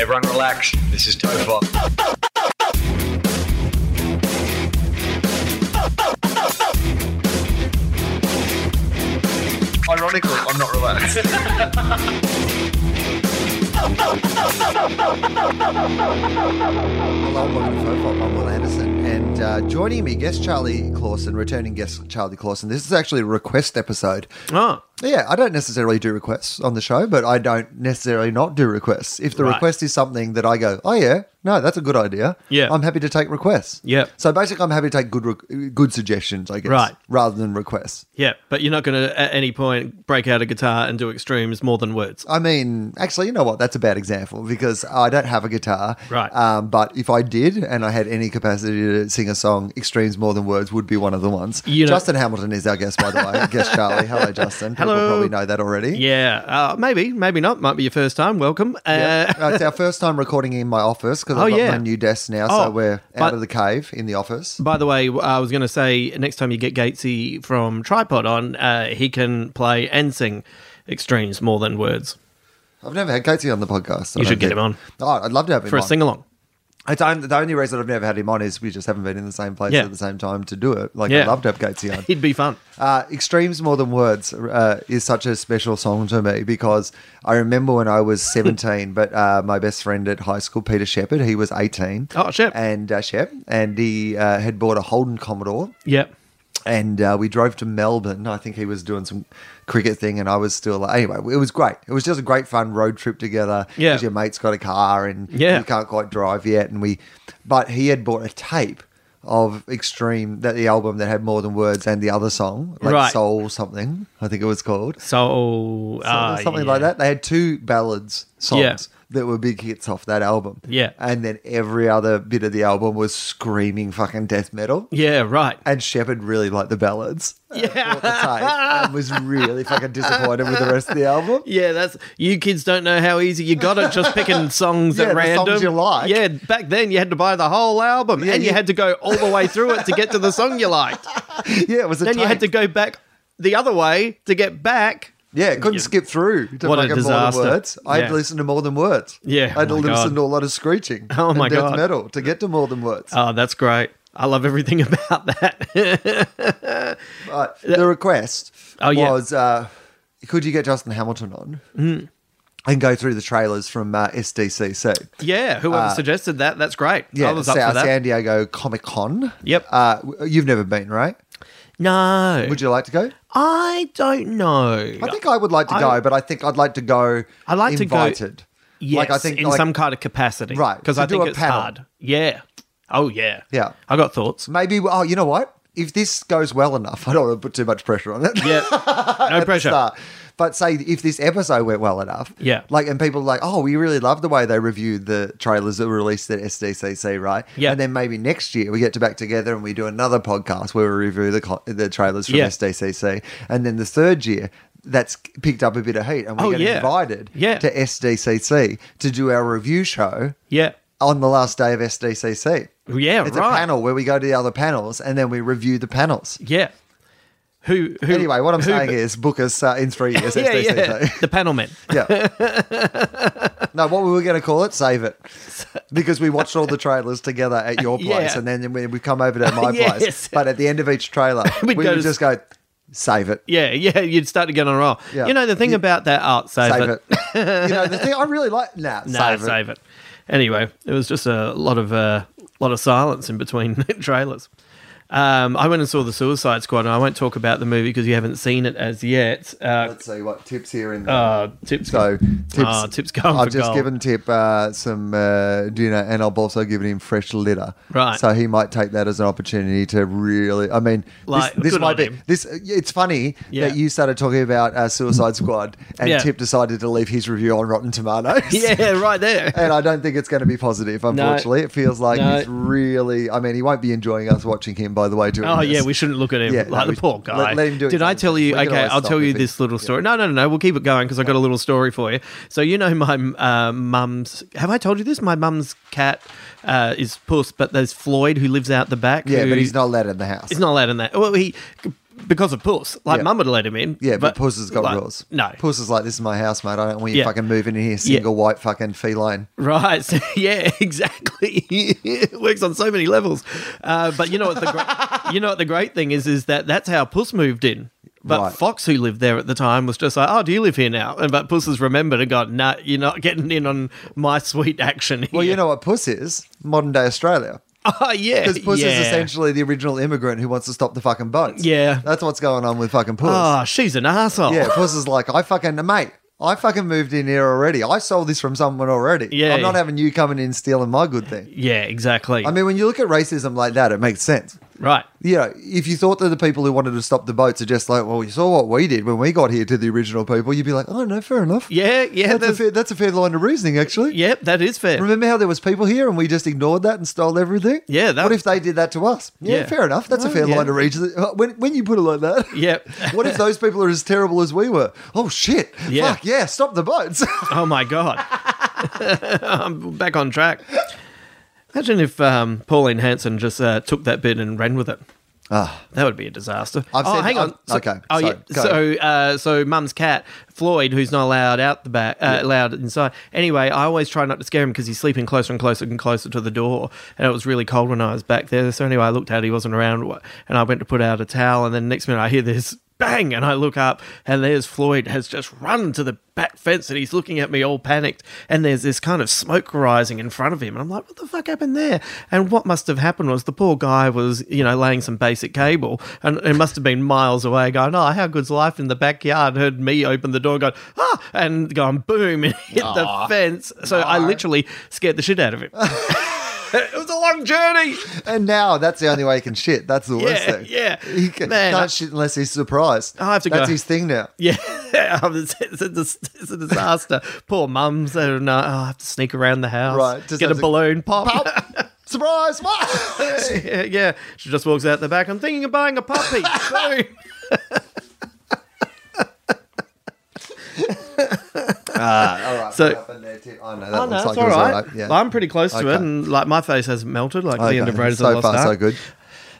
Everyone relax. This is Topher. Ironically, I'm not relaxed. Hello, welcome to Fofop. I'm Will Anderson, and uh, joining me, guest Charlie Clausen, returning guest Charlie Clausen. This is actually a request episode. Oh, Yeah, I don't necessarily do requests on the show, but I don't necessarily not do requests. If the Right. request is something that I go, oh yeah, no, that's a good idea. Yeah. I'm happy to take requests. Yeah. So basically, I'm happy to take good re- good suggestions, I guess, Right. rather than requests. yeah, but you're not going to at any point break out a guitar and do extremes more than words. I mean, actually, you know what? That's a bad example because I don't have a guitar. Right. Um, but if I did and I had any capacity to sing a song, Extremes More Than Words would be one of the ones. You know- Justin Hamilton is our guest, by the way. guest Charlie. Hello, Justin. People Hello. probably know that already. Yeah, uh, maybe, maybe not. Might be your first time. Welcome. Uh, Yeah. Uh, it's our first time recording in my office because Oh, I've got yeah. my new desk now, Oh, so we're out but- of the cave in the office. By the way, I was going to say next time you get Gatesy from Tripod on, uh, he can play and sing extremes more than words I've never had Gatesy on the podcast. I don't You should get think. him on. Oh, I'd love to have him for a on. sing along. It's on- the only reason I've never had him on is we just haven't been in the same place Yeah. at the same time to do it. Like, Yeah. I'd love to have Gatesy on. He'd be fun. Uh, Extremes More Than Words uh, is such a special song to me because I remember when I was 17, but uh, my best friend at high school, Peter Shepherd, he was 18. Oh, Shep. And uh, Shep, and he uh, had bought a Holden Commodore Yep. and uh, we drove to Melbourne. I think he was doing some cricket thing, and I was still like, anyway, it was great. It was just a great fun road trip together. Yeah. 'cause your mate's got a car, and Yeah. you can't quite drive yet, and we, but he had bought a tape of Extreme that the album that had more than words and the other song, like Right. Soul something, I think it was called, So, ah, something yeah. like that. They had two ballads songs. Yeah. That were big hits off that album. Yeah. And then every other bit of the album was screaming fucking death metal. Yeah. Right. And Shepard really liked the ballads. Yeah. bought the tape and was really fucking disappointed with the rest of the album. Yeah, that's you kids don't know how easy you got it just picking songs Yeah, at the songs random. you like. Yeah, back then you had to buy the whole album Yeah, and you, you- had to go all the way through it to get to the song you liked. Yeah, it was a then you had to tape. go back the other way to get back. Yeah, it couldn't skip through to What a fucking disaster. more than words. I'd Yeah. listen to more than words. Yeah, I'd oh my listen God. to a lot of screeching. Oh and my death God. metal to get to more than words. Oh, that's great. I love everything about that. But the request Oh, yeah. Hmm. was uh, could you get Justin Hamilton on? And go through the trailers from uh, SDCC. yeah, whoever suggested that, that's great. Uh, Yeah, I was Sa- up for that. San Diego Comic Con. Yep. Uh, w- you've never been, right? no. Would you like to go? I don't know. I think I would like to I- go, but I think I'd like to go. I'd like to go- invited. yes, like I think in like, some kind of capacity. Right, Because to I do think a it's panel. hard. Yeah. Oh yeah. Yeah. I got thoughts. maybe. Oh, you know what? If this goes well enough, I don't want to put too much pressure on it. Yeah. No pressure. Start. But say if this episode went well enough, Yeah. like and people like, oh, we really love the way they reviewed the trailers that were released at SDCC, right? Yeah. and then maybe next year we get to back together and we do another podcast where we review the co- the trailers from Yeah. SDCC, and then the third year that's picked up a bit of heat, and we Oh, get yeah. invited Yeah. to SDCC to do our review show Yeah. on the last day of SDCC. Yeah, It's right. a panel where we go to the other panels and then we review the panels. Yeah. Who, who Anyway, what I'm who- saying is book us uh, in three years. Yeah, yeah. SDCC. the panel men. Yeah. no, what we were going to call it, save it. Because we watched all the trailers together at your place Yeah. and then we, we come over to my Yes. place. But at the end of each trailer, we We'd go would to- just go, save it. Yeah, yeah, you'd start to get on a roll. Yeah. You know, the thing You- about that art, save, Save it. it. you know, the thing I really like, nah, Nah, save, it. save it. Anyway, it was just a lot of uh, lot of silence in between trailers. Um, I went and saw the Suicide Squad, and I won't talk about the movie because you haven't seen it as yet. Uh, Let's see what tips here in. uh, tips. so tips. Ah, tips going I've for just gold. given Tip uh, some uh, dinner, and I've also given him fresh litter. Right. So he might take that as an opportunity to really. I mean, Like, this, this good might on be him. this. It's funny Yeah. that you started talking about uh, Suicide Squad, and Yeah. Tip decided to leave his review on Rotten Tomatoes. Yeah, right there. And I don't think it's going to be positive, unfortunately. It feels like No. he's really. I mean, he won't be enjoying us watching him, by the way, doing Oh this. yeah, we shouldn't look at him Yeah, like no, the poor we- guy. let- let him do his Did I own tell thing. you? We can Okay, always I'll stop tell you if he- this little story. No, no, no, no. We'll keep it going because I got a little story for you. So you know my uh, mum's. Have I told you this? My mum's cat uh, is Puss, but there's Floyd who lives out the back. Yeah, who- but he's not allowed in the house. He's not allowed in that. Well, he because of Puss. Like Yeah. mum would let him in. Yeah, but, Puss has got like, rules. No, Puss is like, this is my house, mate. I don't want you Yeah. fucking moving in here, single white fucking feline. Right. So, yeah, exactly. it works on so many levels. Uh, but you know what the gre- you know what the great thing is is that that's how Puss moved in. But Right. Fox, who lived there at the time, was just like, "Oh, do you live here now?" And but Puss has remembered and gone, "Nah, you're not getting in on my sweet action." Here. Well, you know what Puss is? Modern day Australia. oh yeah, Because Puss yeah. is essentially the original immigrant who wants to stop the fucking boats. Yeah. That's what's going on with fucking Puss. Oh, she's an asshole. Yeah, Puss is like, I fucking, mate, I fucking moved in here already. I sold this from someone already. Yeah. I'm not having you coming in stealing my good thing. Yeah, exactly. I mean, when you look at racism like that, it makes sense. right. Yeah, if you thought that the people who wanted to stop the boats are just like, well, you saw what we did when we got here to the original people, you'd be like, oh, no, fair enough. Yeah, That's, yeah, a that's, fair, that's a fair line of reasoning, actually. yeah, that is fair. Remember how there was people here and we just ignored that and stole everything? Yeah, that- what if they did that to us? Yeah, Yeah. fair enough. That's a Oh, fair yeah. line to reach. When, when you put it like that. Yep. what if those people are as terrible as we were? Oh, shit. Yeah. Fuck, yeah, stop the boats. Oh my god! I'm back on track. Imagine if um, Pauline Hanson just uh, took that bit and ran with it. Ah. That would be a disaster. I've oh, said- hang on. I've- okay, oh, sorry, yeah. go. So, uh, so Mum's cat Floyd, who's not allowed out the back, uh, allowed inside. Anyway, I always try not to scare him because he's sleeping closer and closer and closer to the door. And it was really cold when I was back there. So anyway, I looked out, he wasn't around, wh- and I went to put out a towel. And then next minute, I hear this bang, and I look up, and there's Floyd has just run to the back fence, and he's looking at me all panicked. And there's this kind of smoke rising in front of him, and I'm like, what the fuck happened there? And what must have happened was the poor guy was, you know, laying some basic cable, and it must have been miles away, going, oh, how good's life in the backyard? Heard me open the door, going, ah, and going boom, and hit the fence. So I literally scared the shit out of him. it was a long journey. and now that's the only way he can shit. That's the worst Yeah, thing. yeah. He can, Man, not I- shit unless he's surprised. I have to That's go. his thing now. Yeah, it's, it's, a, dis- it's a disaster. Poor mums. I don't know. Oh, I have to sneak around the house. Right, just get a have to- balloon pop. Pop. Surprise! What? yeah, yeah. She just walks out the back. I'm thinking of buying a puppy. Boom. All right. So- what happened there, Tim? I know that Oh, looks no, like it's it all was right. all right. Yeah. I'm pretty close to Okay. it, and like my face hasn't melted like Okay. the end of Raiders of so the Lost far, so Ark. good.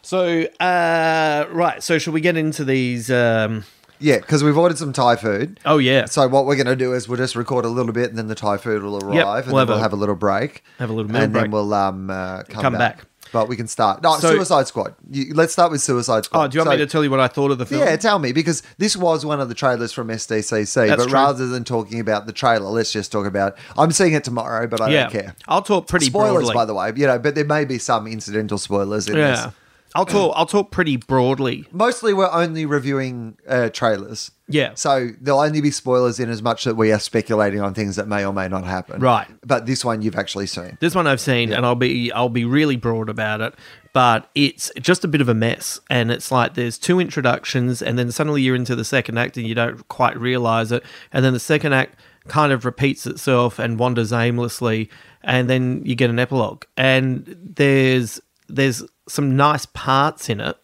So, uh, right. So, shall we get into these? Um, Yeah, because we've ordered some Thai food. oh yeah. So what we're going to do is we'll just record a little bit, and then the Thai food will arrive, and then we'll have we'll a- have a little break, have a little meal and then break. we'll um uh, come, Come back. back. But we can start. No, So- Suicide Squad. You, let's start with Suicide Squad. oh, do you want So- me to tell you what I thought of the film? Yeah, tell me because this was one of the trailers from SDCC, That's but true. rather than talking about the trailer, let's just talk about. I'm seeing it tomorrow, but I yeah. don't care. I'll talk pretty Spoilers, broadly. by the way, you know, but there may be some incidental spoilers in yeah. this. I'll talk. I'll talk pretty broadly. Mostly, we're only reviewing uh, trailers. Yeah. So there'll only be spoilers in as much that we are speculating on things that may or may not happen. Right. But this one you've actually seen. This one I've seen, and I'll be I'll be really broad about it, but it's just a bit of a mess. And it's like there's two introductions, and then suddenly you're into the second act, and you don't quite realize it. And then the second act kind of repeats itself and wanders aimlessly, and then you get an epilogue. And there's there's some nice parts in it,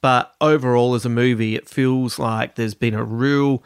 but overall as a movie, it feels like there's been a real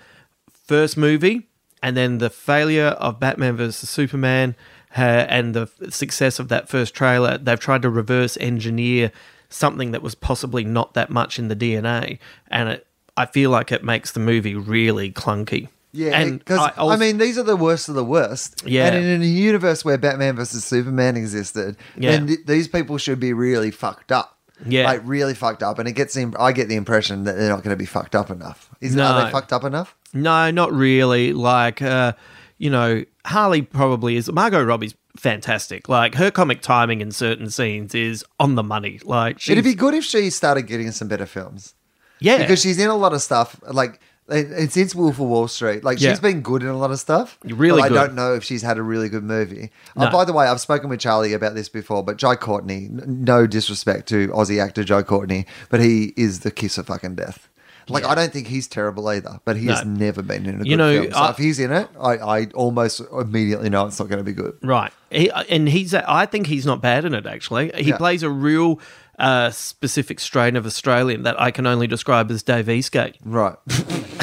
first movie and then the failure of Batman versus Superman uh, and the f- success of that first trailer, they've tried to reverse engineer something that was possibly not that much in the DNA, and it, I feel like it makes the movie really clunky. Yeah, and because I, also- mean, these are the worst of the worst. Yeah. and in a universe where Batman versus Superman existed, Yeah. then th- these people should be really fucked up. Yeah. like really fucked up. And it gets, the imp- I get the impression that they're not going to be fucked up enough. Is are No. they fucked up enough? No, not really. Like, uh, you know, Harley probably is. Margot Robbie's fantastic. Like her comic timing in certain scenes is on the money. Like she's, It'd be good if she started getting some better films. yeah, Because she's in a lot of stuff. Like, and and since Wolf of Wall Street, like Yeah. she's been good in a lot of stuff. Really but I good. don't know if she's had a really good movie. Uh, No. by the way, I've spoken with Charlie about this before, but Jai Courtney, n- no disrespect to Aussie actor Jai Courtney, but he is the kiss of fucking death. Like I don't think he's terrible either, but he has No. never been in a good You know, film. So I- if he's in it, I, I almost immediately know it's not going to be good. Right. He, and he's, I think he's not bad in it, actually. He Yeah. plays a real uh, specific strain of Australian that I can only describe as Dave Eastgate. Right,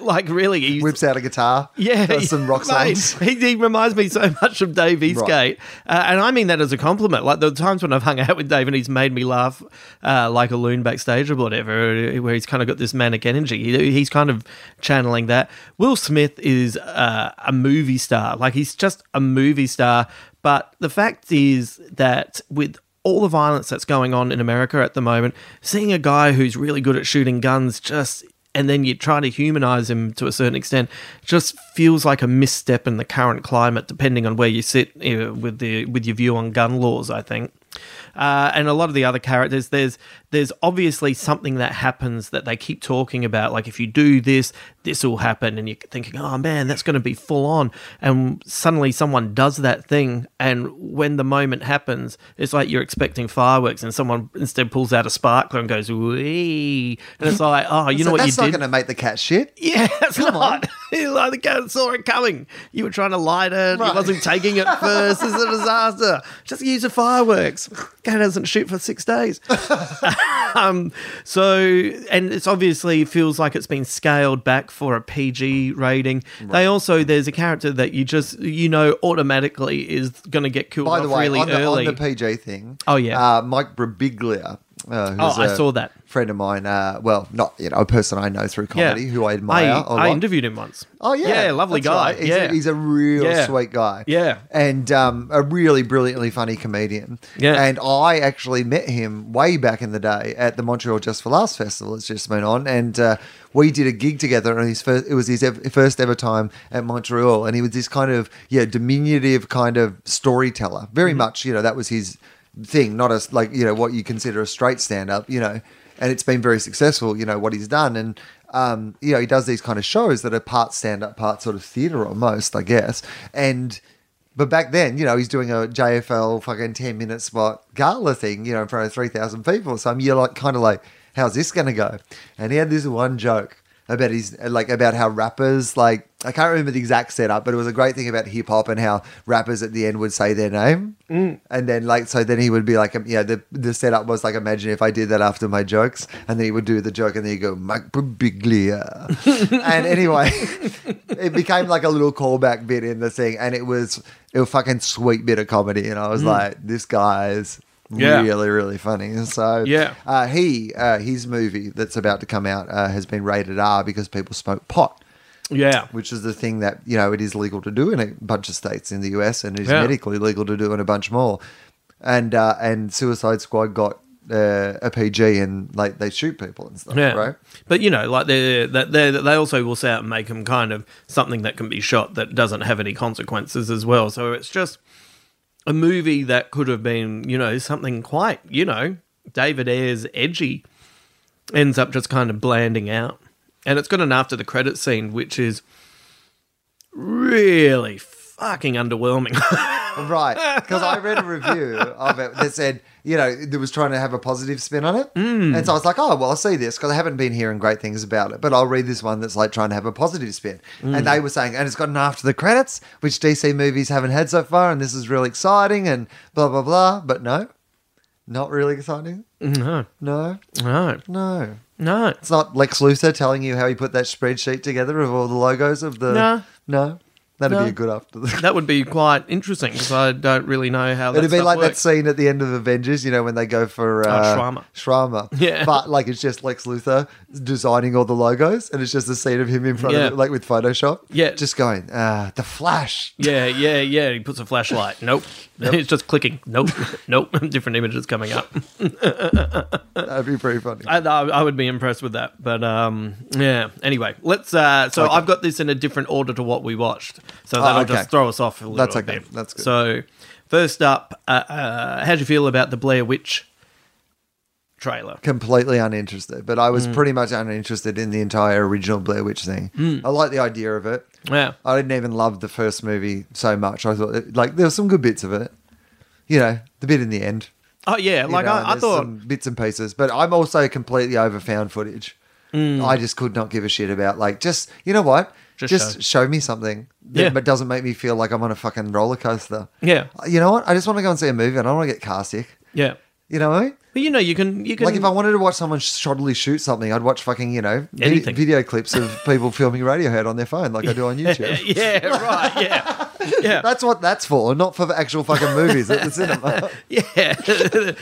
like, really. He's, whips out a guitar, yeah. does some rock mate, songs. He, he reminds me so much of Dave Eastgate. Uh, and I mean that as a compliment. Like, the times when I've hung out with Dave and he's made me laugh uh, like a loon backstage or whatever, where he's kind of got this manic energy. He, he's kind of channeling that. Will Smith is uh, a movie star. Like, he's just a movie star. But the fact is that with all the violence that's going on in America at the moment, seeing a guy who's really good at shooting guns just and then you try to humanize him to a certain extent just feels like a misstep in the current climate depending on where you sit uh, with the with your view on gun laws i think uh, and a lot of the other characters there's there's obviously something that happens that they keep talking about like if you do this this will happen and you're thinking oh man that's going to be full on and suddenly someone does that thing and when the moment happens it's like you're expecting fireworks and someone instead pulls out a sparkler and goes wee and it's like oh you So know what you that's not did going to make the cat shit. yeah, that's Come on. not. like the cat saw it coming. You were trying to light it. Right. He wasn't taking it first. it's a disaster. Just use the fireworks. Cat doesn't shoot for six days. um, so, and it's obviously feels like it's been scaled back for a PG rating. They also there's a character that you just you know automatically is going to get killed By off the way, really on, the, on early. the PG thing. Oh, yeah. uh, Mike Brabiglia. Uh, Oh, who's I a saw that. Friend of mine. Uh, well, not you know a person I know through comedy who I admire. a I, lot. interviewed him once. Oh yeah, yeah, lovely That's guy. right. He's, yeah, a, he's a real Yeah. sweet guy. Yeah. and um, a really brilliantly funny comedian. Yeah. and I actually met him way back in the day at the Montreal Just for Laughs festival. It's just been on, and uh, we did a gig together. And his first, it was his ev- first ever time at Montreal, and he was this kind of yeah diminutive kind of storyteller. Very much, you know, that was his thing. Not as like you know what you consider a straight stand up. You know, and it's been very successful. You know what he's done, and um, you know, he does these kind of shows that are part stand up, part sort of theater almost, I guess. And but back then, you know, he's doing a JFL fucking ten minute spot gala thing, you know, in front of three thousand people or something. You're like kind of like, how's this gonna go? And he had this one joke about his like about how rappers like I can't remember the exact setup, but it was a great thing about hip hop and how rappers at the end would say their name, Mm. and then like so then he would be like, um, yeah, the the setup was like, imagine if I did that after my jokes, and then he would do the joke, and then you go Mike Birbiglia, and anyway, it became like a little callback bit in the thing, and it was it was fucking sweet bit of comedy, and I was like, this guy's. Mm. Yeah. Really, really funny. And So Yeah. uh, he uh, his movie that's about to come out uh, has been rated R because people smoke pot yeah. which is the thing that you know it is legal to do in a bunch of states in the US, and it is Yeah. medically legal to do in a bunch more. And uh, and Suicide Squad got uh, a PG, and like they shoot people and stuff, right? But you know, like they they they also will set out and make them kind of something that can be shot that doesn't have any consequences as well. So it's just a movie that could have been, you know, something quite, you know, David Ayer's edgy ends up just kind of blanding out. And it's got an after the credit scene which is really fucking underwhelming. Right, because I read a review of it that said, you know, it was trying to have a positive spin on it, Hmm. and so I was like, oh well, I'll see this because I haven't been hearing great things about it, but I'll read this one that's like trying to have a positive spin, Hmm. and they were saying, and it's got an after the credits, which DC movies haven't had so far, and this is really exciting, and blah blah blah, but no, not really exciting, no. no, No. no, No. it's not Lex Luthor telling you how he put that spreadsheet together of all the logos of the No. no, that'd be No. a good after the That would be quite interesting because I don't really know how that It'd be stuff like that works. scene at the end of Avengers, you know, when they go for uh, Shawarma. Shawarma. Yeah. But like it's just Lex Luthor designing all the logos, and it's just a scene of him in front Yeah. of it, like with Photoshop. Yeah. Just going, uh, the Flash. Yeah, yeah, yeah. He puts a flashlight. Nope. it's just clicking. Nope. nope. Different images coming up. That'd be pretty funny. I, I I would be impressed with that. But um, yeah. Anyway, let's. Uh, so I've got this in a different order to what we watched. So that'll Oh, okay. just throw us off a little That's okay. bit. That's good. So, first up, uh, uh, how do you feel about the Blair Witch trailer? completely uninterested, but I Mm. was pretty much uninterested in the entire original Blair Witch thing. Hmm. I like the idea of it. Yeah. I didn't even love the first movie so much. I thought, it, like, there were some good bits of it. You know, the bit in the end. Oh yeah, you like know, and I, I there's thought. some bits and pieces, but I'm also completely over found footage. I just could not give a shit about like just you know what. Mm. Just Just, show. show. me something that Yeah. but doesn't make me feel like I'm on a fucking roller coaster. Yeah. You know what? I just want to go and see a movie. I don't want to get car sick. Yeah. You know what I mean? But you know, you can you can Like if I wanted to watch someone shoddily shoot something, I'd watch fucking you know vid- Anything. video clips of people filming Radiohead on their phone, like I do on YouTube. yeah, right, yeah, yeah, That's what that's for, not for the actual fucking movies at the cinema. yeah.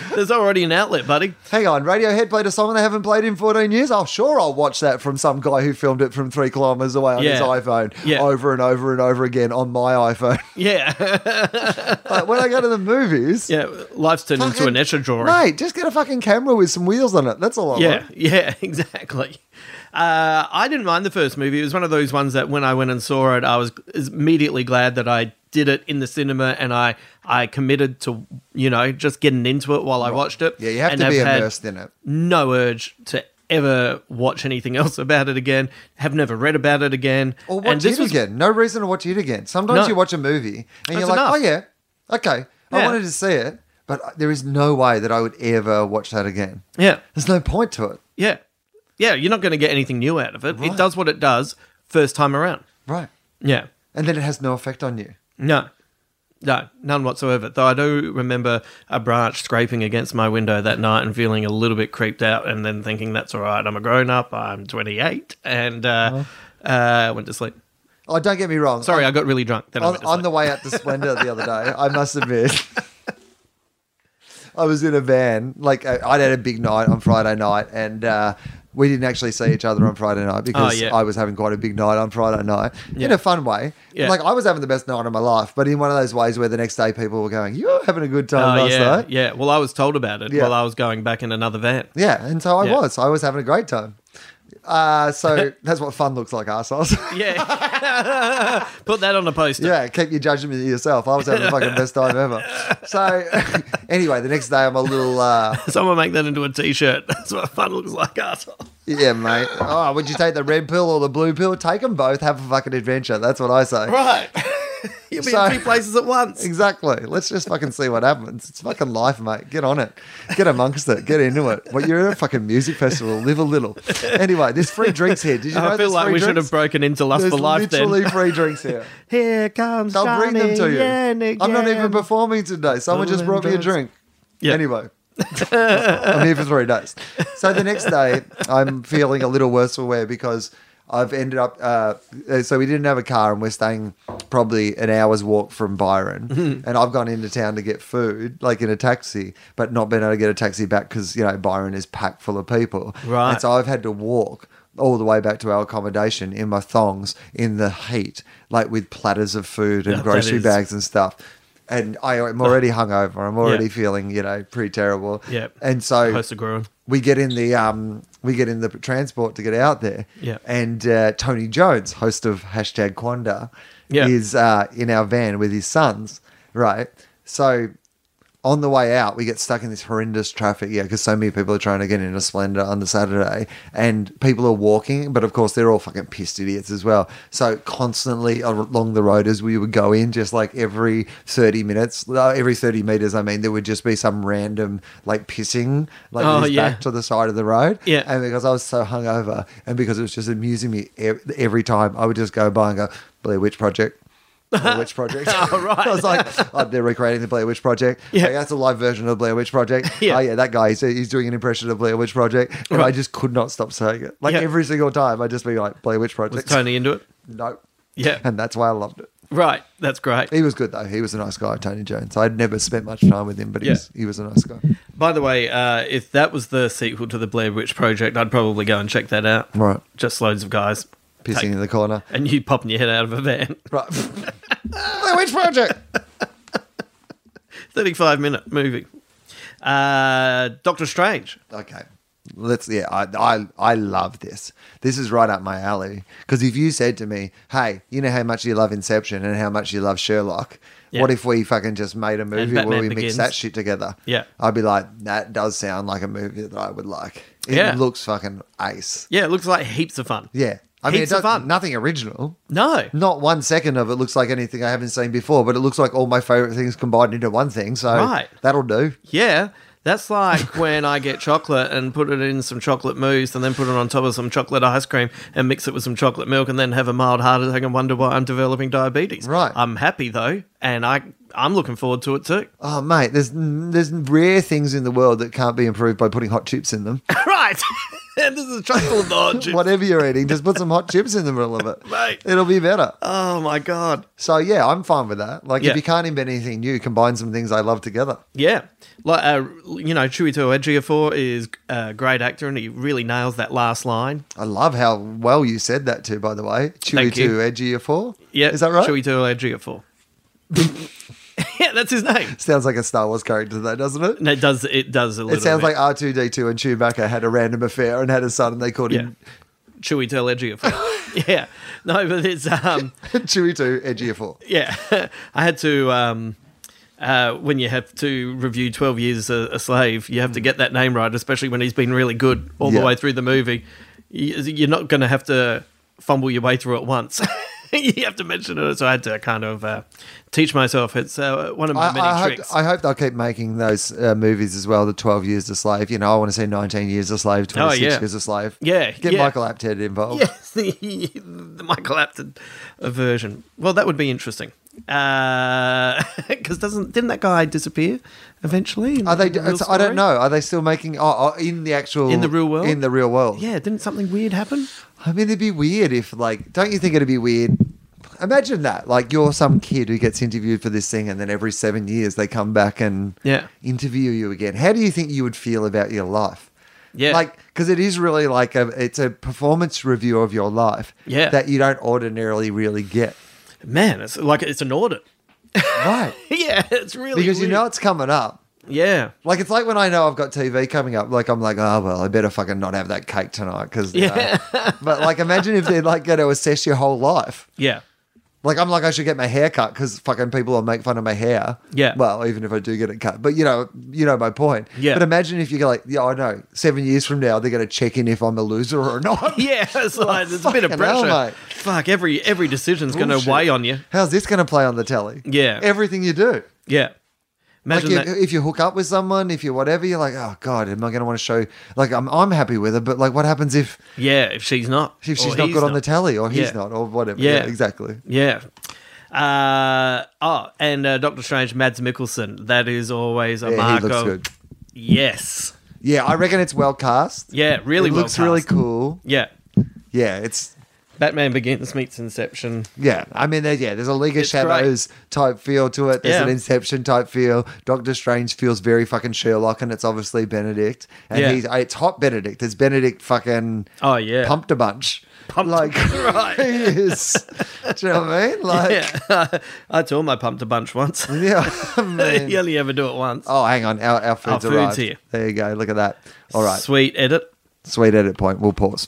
There's already an outlet, buddy. Hang on, Radiohead played a song they haven't played in 14 years? Oh, sure, I'll watch that from some guy who filmed it from three kilometers away on his Yeah. iPhone Yeah. over and over and over again on my iPhone. Yeah, like, when I go to the movies, yeah. Life's turned into an fucking- etcher drawing. Mate, just get a fucking camera with some wheels on it. That's all I Yeah, want. yeah, exactly. Uh, I didn't mind the first movie. It was one of those ones that when I went and saw it, I was immediately glad that I did it in the cinema and I I committed to you know just getting into it while I watched it. Yeah, you have and to I've be had immersed in it. No urge to ever watch anything else about it again. Have never read about it again. Or and watch this it was again. No reason to watch it again. Sometimes No. you watch a movie and you're That's like, enough. oh, yeah, okay, Yeah. I wanted to see it, but there is no way that I would ever watch that again. yeah There's no point to it. yeah yeah. You're not going to get anything new out of it. It Right. does what it does first time around. Right. Yeah. And then it has no effect on you. No. No, none whatsoever. Though I do remember a branch scraping against my window that night and feeling a little bit creeped out, and then thinking, that's all right, I'm a grown up, I'm 28, and uh, Uh-huh. uh, went to sleep. Oh, don't get me wrong. Sorry, I got really drunk. Then I on, went to on sleep. the way out to Splendor the other day, I must admit, I was in a van. Like I- I'd had a big night on Friday night, and uh, we didn't actually see each other on Friday night because Oh, yeah. I was having quite a big night on Friday night in Yeah. a fun way. Yeah. Like I was having the best night of my life, but in one of those ways where the next day people were going, "You're having a good time Oh, last yeah, night." yeah. Well, I was told about it Yeah. while I was going back in another van. Yeah, and so I Yeah. was. I was having a great time. Uh, so that's what fun looks like, assholes. Yeah. Put that on a poster. Yeah, keep your judgment to yourself. I was having the fucking best time ever. So, anyway, the next day I'm a little, uh, Someone make that into a t shirt. That's what fun looks like, asshole. yeah, mate. Oh, would you take the red pill or the blue pill? Take them both. Have a fucking adventure. That's what I say. Right. You'll be So- in two places at once. Exactly. Let's just fucking see what happens. It's fucking life, mate. Get on it. Get amongst it. Get into it. Well, you're at a fucking music festival. Live a little. Anyway, there's free drinks here. Did you know I feel there's like free we should drinks? have broken into Lust There's for Life then. literally free drinks here. Here comes They'll bring them to you. I'm not even before. performing today. Someone just brought me a drink. Yeah. Anyway, I'm here for three days. So the next day, I'm feeling a little worse for wear because I've ended up. Uh, uh, so we didn't have a car, and we're staying probably an hour's walk from Byron. Mm-hmm. And I've gone into town to get food, like in a taxi, but not been able to get a taxi back because you know Byron is packed full of people. Right. And so I've had to walk. All the way back to our accommodation in my thongs in the heat, like with platters of food and Yeah, that grocery is- bags and stuff. And I, I'm already hungover. I'm already Yeah. feeling, you know, pretty terrible. Yeah. And so Poster growing. we get in the um, we get in the transport to get out there. Yeah. And uh, Tony Jones, host of hashtag Quanda, Yeah. is uh, in our van with his sons. Right. So on the way out, we get stuck in this horrendous traffic. Yeah, because so many people are trying to get into Splendor on the Saturday, and people are walking, but of course they're all fucking pissed idiots as well. So constantly along the road as we would go in, just like every thirty minutes, uh, every thirty meters, I mean, there would just be some random like pissing, like Oh, with his yeah. back to the side of the road. Yeah. and because I was so hungover, and because it was just amusing me ev- every time, I would just go by and go Blair Witch Project. Blair Witch Project. Oh, right. I was like, oh, they're recreating the Blair Witch Project. Yeah. Like, that's a live version of the Blair Witch Project. Yeah. Oh, yeah, that guy, he's, he's doing an impression of the Blair Witch Project. And I Right. just could not stop saying it. Like Yeah. every single time, I'd just be like, Blair Witch Project. Was Tony into it? no. Yeah. And that's why I loved it. Right. That's great. He was good, though. He was a nice guy, Tony Jones. I'd never spent much time with him, but he, Yeah. was, he was a nice guy. By the way, uh, if that was the sequel to the Blair Witch Project, I'd probably go and check that out. Right. Just loads of guys. Pissing take- in the corner. and you popping your head out of a van. Right. Blair Witch Project. 35 minute movie. Uh, Doctor Strange. Okay. let's yeah, I I, I love this. This is right up my alley. Because if you said to me, "Hey, you know how much you love Inception and how much you love Sherlock." Yeah. What if we fucking just made a movie where Batman we mix Begins. that shit together? Yeah. I'd be like, that does sound like a movie that I would like. It Yeah. looks fucking ace. Yeah, it looks like heaps of fun. Yeah. I mean, Heaps it of does, fun. nothing original. No. Not one second of it looks like anything I haven't seen before, but it looks like all my favorite things combined into one thing. So Right. that'll do. Yeah. That's like when I get chocolate and put it in some chocolate mousse and then put it on top of some chocolate ice cream and mix it with some chocolate milk and then have a mild heart attack and wonder why I'm developing diabetes. Right. I'm happy though, and I I'm looking forward to it too. Oh mate, there's there's rare things in the world that can't be improved by putting hot chips in them. right. and this is chocolate dodge. Whatever you're eating, just put some hot chips in the middle of it. Mate. It'll be better. Oh my god. So yeah, I'm fine with that. Like Yeah. if you can't invent anything new, combine some things I love together. Yeah, like uh, you know, Chewie Toejiafor is a great actor, and he really nails that last line. I love how well you said that too, by the way. Chewy Thank you. two, edgy four. Yeah, Is that right? Chewie Toejiafor. yeah, that's his name. Sounds like a Star Wars character though, doesn't it? And it does. It does a little. It sounds bit. like R two D two and Chewbacca had a random affair and had a son, and they called yeah, him Chewie Toejiafor. yeah, no, but it's um, Chewy two edgy four. yeah. I had to um, uh, when you have to review Twelve Years a, a Slave, you have to get that name right, especially when he's been really good all Yeah. the way through the movie. You- You're not going to have to fumble your way through it once. you have to mention it, so I had to kind of uh, teach myself. It's uh, one of my many I, I hope, tricks. I hope they'll keep making those uh, movies as well. The Twelve Years a Slave. You know, I want to see Nineteen Years a Slave, Twenty Six Oh, yeah. Years a Slave. Yeah, get yeah. Michael Apted involved. Yes, the, the Michael Apted version. Well, that would be interesting. Because doesn't didn't that guy disappear eventually? in Are they? the real it's- I don't story? know. Are they still making? Oh, oh, in the actual In the real world? In the real world. Yeah, didn't something weird happen? I mean, it'd be weird if, like, don't you think it'd be weird? Imagine that. Like, you're some kid who gets interviewed for this thing, and then every seven years they come back and Yeah. interview you again. How do you think you would feel about your life? Yeah. Like, because it is really like a, it's a performance review of your life Yeah. that you don't ordinarily really get. Man, it's like it's an audit. Right. yeah, it's really because you weird. know it's coming up. Yeah, Like it's like when I know I've got TV coming up, like I'm like, oh well, I better fucking not have that cake tonight because Yeah. but like, imagine if they're like going to assess your whole life. yeah, Like I'm like I should get my hair cut because fucking people will make fun of my hair. Yeah. Well, even if I do get it cut, but you know, you know my point. Yeah. But imagine if you go like, yeah, I know. Seven years from now, they're going to check in if I'm a loser or not. yeah. It's like there's a bit of fucking hell, pressure. mate. Fuck every every decision's going to Bullshit. weigh on you. How's this going to play on the telly? Yeah. Everything you do. Yeah, Like imagine if, that. if you hook up with someone, if you whatever, you're like, oh god, am I going to want to show? Like I'm, I'm happy with her, but like, what happens if yeah, if she's not, if or she's not he's good on the telly or he's Yeah. not or whatever. Yeah. Yeah, exactly. Yeah. Uh, oh, and uh, Doctor Strange, Mads Mikkelsen. That is always a Yeah, mark he looks of good. yes. Yeah, I reckon it's well cast. Yeah, really it well looks really cast. cool. Yeah, Yeah, it's Batman Begins meets Inception. yeah. I mean, there- yeah, there's a League of It's Shadows type feel to it. There's Yeah. an Inception type feel. Doctor Strange feels very fucking Sherlock, and it's obviously Benedict. And Yeah. he's uh, it's hot Benedict. It's Benedict fucking Oh yeah, pumped a bunch. Pumped- like Right. he is. Do you know what I mean? Like yeah. I tore my pumped a bunch once. yeah. I mean- you only ever do it once. Oh, hang on. Our, our food's food's arrived. here. There you go. Look at that. All right. Sweet edit. Sweet edit point. We'll pause.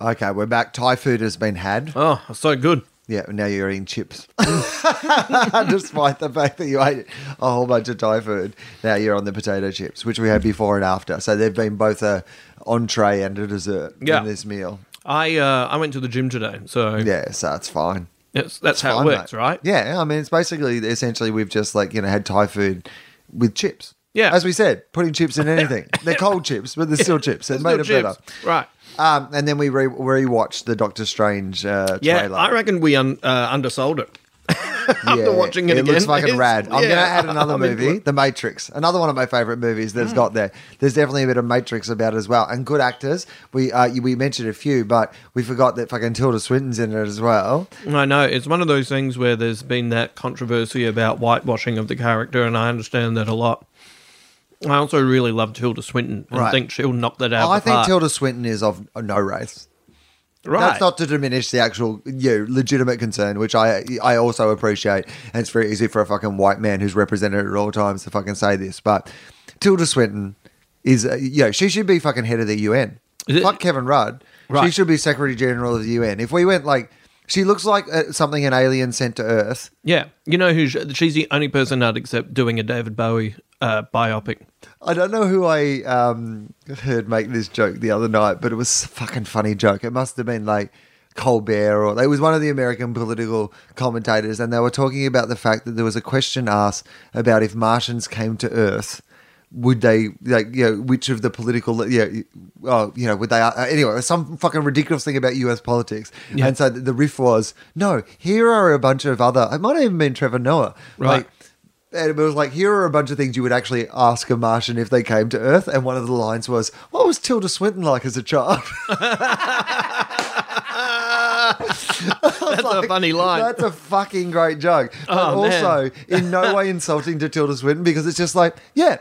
Okay, we're back. Thai food has been had. Oh, so good. Yeah, now you're eating chips. Despite the fact that you ate a whole bunch of Thai food, now you're on the potato chips, which we had before and after. So they've been both a entree and a dessert Yeah. in this meal. I uh, I went to the gym today, so Yeah, so it's fine. that's, that's how Fine, it works, mate. right? Yeah, I mean, it's basically essentially we've just like you know had Thai food with chips. Yeah. as we said, putting chips in anything. they're cold chips, but they're still chips. It There's made no it chips. better. Right. Um, and then we re- rewatched the Doctor Strange uh, Yeah, trailer. I reckon we un- uh, undersold it. after watching it it looks again, fucking it's- rad. I'm yeah, gonna add another I'm into movie, it. The Matrix. Another one of my favorite movies Hmm. that's got there. There's definitely a bit of Matrix about it as well, and good actors. We uh, you- we mentioned a few, but we forgot that fucking Tilda Swinton's in it as well. I know it's one of those things where there's been that controversy about whitewashing of the character, and I understand that a lot. I also really love Tilda Swinton. and Right. Oh, think she'll knock that out. I of the think park. Tilda Swinton is of no race. Right. That's not to diminish the actual you know, legitimate concern, which I I also appreciate. And it's very easy for a fucking white man who's represented at all times to fucking say this. But Tilda Swinton is, uh, you know, she should be fucking head of the UN. Is it- Fuck Kevin Rudd. She Right. should be Secretary General of the UN. If we went like, she looks like uh, something an alien sent to Earth. Yeah, you know who? sh- She's the only person I'd accept doing a David Bowie uh, biopic. I don't know who I um, heard make this joke the other night, but it was a fucking funny joke. It must have been like Colbert or it was one of the American political commentators, and they were talking about the fact that there was a question asked about if Martians came to Earth. Would they like you know which of the political yeah you know, oh you know would they uh, anyway some fucking ridiculous thing about U.S. politics and so the, the riff was no here are a bunch of other it might have even been Trevor Noah Right. like and it was like, here are a bunch of things you would actually ask a Martian if they came to Earth. And one of the lines was, What was Tilda Swinton like as a child? That's a funny line. That's a fucking great joke. But Oh, man. also, in no way insulting to Tilda Swinton because it's just like, yeah,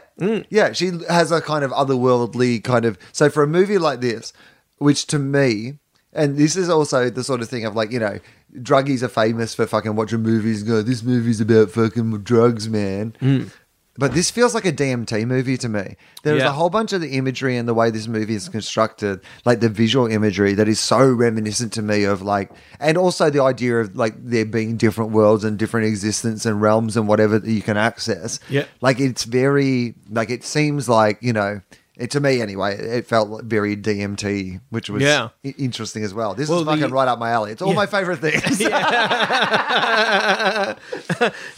yeah, she has a kind of otherworldly kind of. So for a movie like this, which to me, and this is also the sort of thing of like, you know, druggies are famous for fucking watching movies and go, this movie's about fucking drugs, man. But this feels like a DMT movie to me. There's Yeah. a whole bunch of the imagery and the way this movie is constructed, like the visual imagery that is so reminiscent to me of like, and also the idea of like there being different worlds and different existence and realms and whatever that you can access. Yeah. Like it's very, like it seems like, you know, it, to me anyway, it felt very DMT, which was Yeah. i- interesting as well. This Well, is fucking the- right up my alley. It's all my favorite things.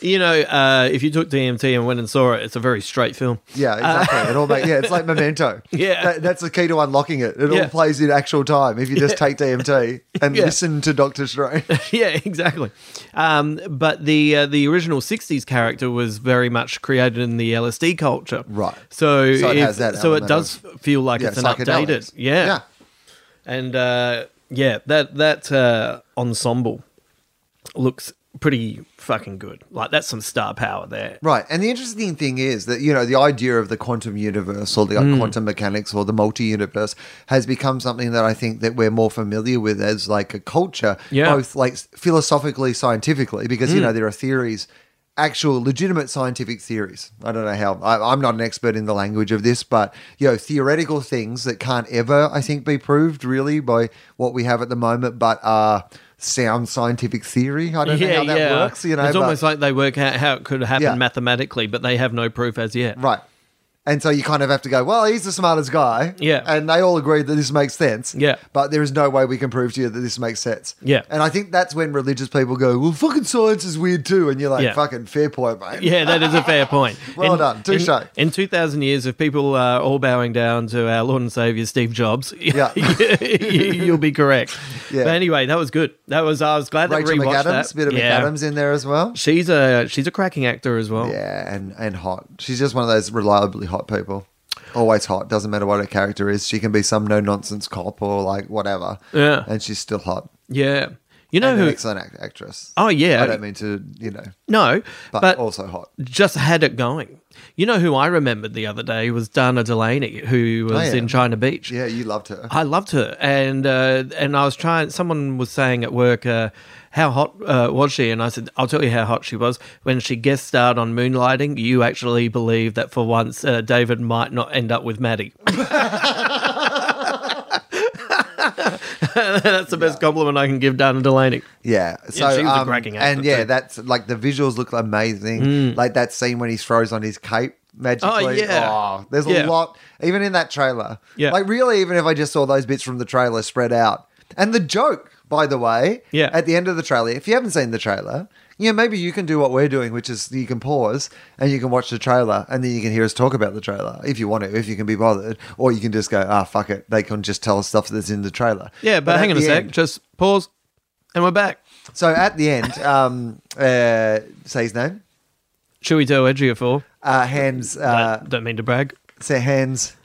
you know, uh, if you took DMT and went and saw it, it's a very straight film. Yeah, exactly. it all make, yeah, it's like memento. Uh, Yeah. That- that's the key to unlocking it. It Yeah. all plays in actual time if you just take DMT and Yeah. listen to Doctor Strange. yeah, exactly. Um, but the uh, the original '60s character was very much created in the LSD culture, Right. So, So it if- has that so it element does feel like Yeah, it's an psychedelics. updated, yeah, Yeah. and uh, yeah, that that uh, ensemble looks pretty fucking good. Like that's some star power there. Right. And the interesting thing is that, you know, the idea of the quantum universe or the Mm. quantum mechanics or the multi universe has become something that I think that we're more familiar with as like a culture, Yeah. Mm. both like philosophically, scientifically, because, you know, there are theories, actual legitimate scientific theories. I don't know how, I, I'm not an expert in the language of this, but, you know, theoretical things that can't ever, I think, be proved really by what we have at the moment, but are sound scientific theory. I don't know how that works, you know. it's but- almost like they work out how it could happen Yeah. mathematically, but they have no proof as yet. Right. And so you kind of have to go, well, he's the smartest guy. Yeah. And they all agree that this makes sense. Yeah. But there is no way we can prove to you that this makes sense. Yeah. And I think that's when religious people go, well, fucking science is weird too. And you're like, Yeah. fucking fair point, mate. Yeah, that is a fair point. Well done. Touche. In, in 2,000 years, if people are all bowing down to our Lord and Savior, Steve Jobs, Yeah. you, will be correct. Yeah. But anyway, that was good. That was, I was glad that Rachel we rewatched McAdams, that. bit of Yeah. oh. McAdams in there as well. She's a, she's a cracking actor as well. Yeah, and, and hot. She's just one of those reliably hot people. Always hot. Doesn't matter what her character is. She can be some no nonsense cop or like whatever. Yeah. And she's still hot. Yeah. You know And who? an excellent act- actress. Oh, yeah. I don't mean to, you know, no, but, but, also hot. just had it going. You know who I remembered the other day was Dana Delaney, who was Oh, yeah. in China Beach. Yeah, you loved her. I loved her, and uh, and I was trying. Someone was saying at work, uh, "How hot uh, was she?" And I said, "I'll tell you how hot she was when she guest starred on Moonlighting." You actually believe that for once, uh, David might not end up with Maddie. That's the best compliment I can give Dana Delaney. Yeah, so she was a um, cracking actor and yeah, too. that's like the visuals look amazing. Like that scene when he throws on his cape magically. Mm. Oh, yeah. Oh, there's Yeah. a lot, even in that trailer. Yeah. like really, even if I just saw those bits from the trailer spread out, and the joke, by the way, Yeah. at the end of the trailer, if you haven't seen the trailer. Yeah, maybe you can do what we're doing, which is you can pause and you can watch the trailer and then you can hear us talk about the trailer if you want to, if you can be bothered, or you can just go, ah, fuck it. They can just tell us stuff that's in the trailer. Yeah, but, at hang on a the sec. end- Just pause, and we're back. so at the end, um, uh, say his name. Should we do Edgy for? Uh, Hans. Uh, Don't mean to brag. say Hans.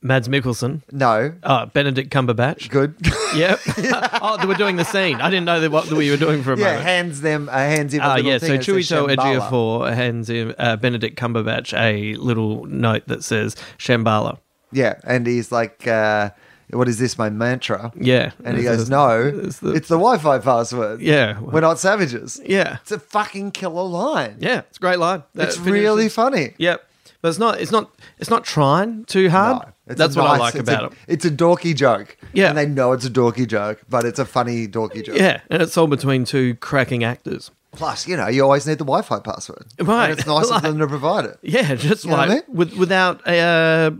Mads Mikkelsen, No. uh, Benedict Cumberbatch. Good. Yep. oh, they were doing the scene. I didn't know that what that we were doing for a yeah, moment. hands them. Uh, hands him. a Ah, little yeah. thing So and it says Chuito Shambhala. Ejiofor hands him, uh, Benedict Cumberbatch a little note that says Shambhala. Yeah, and he's like, uh, "What is this? My mantra." Yeah. And he goes, "No, it's the, the- Wi-Fi password." Yeah. we're not savages. Yeah. it's a fucking killer line. Yeah. It's a great line. That it's finishes- really funny. Yep. But it's not. It's not. It's not trying too hard. No, Um, it's That's a what I nice- like it's about a- it. It's a dorky joke. Yeah. And they know it's a dorky joke, but it's a funny dorky joke. Yeah, and it's all between two cracking actors. Plus, you know, you always need the Wi Fi password. Right. And it's nice Like- of them to provide it. Yeah, just know like what I with, without uh,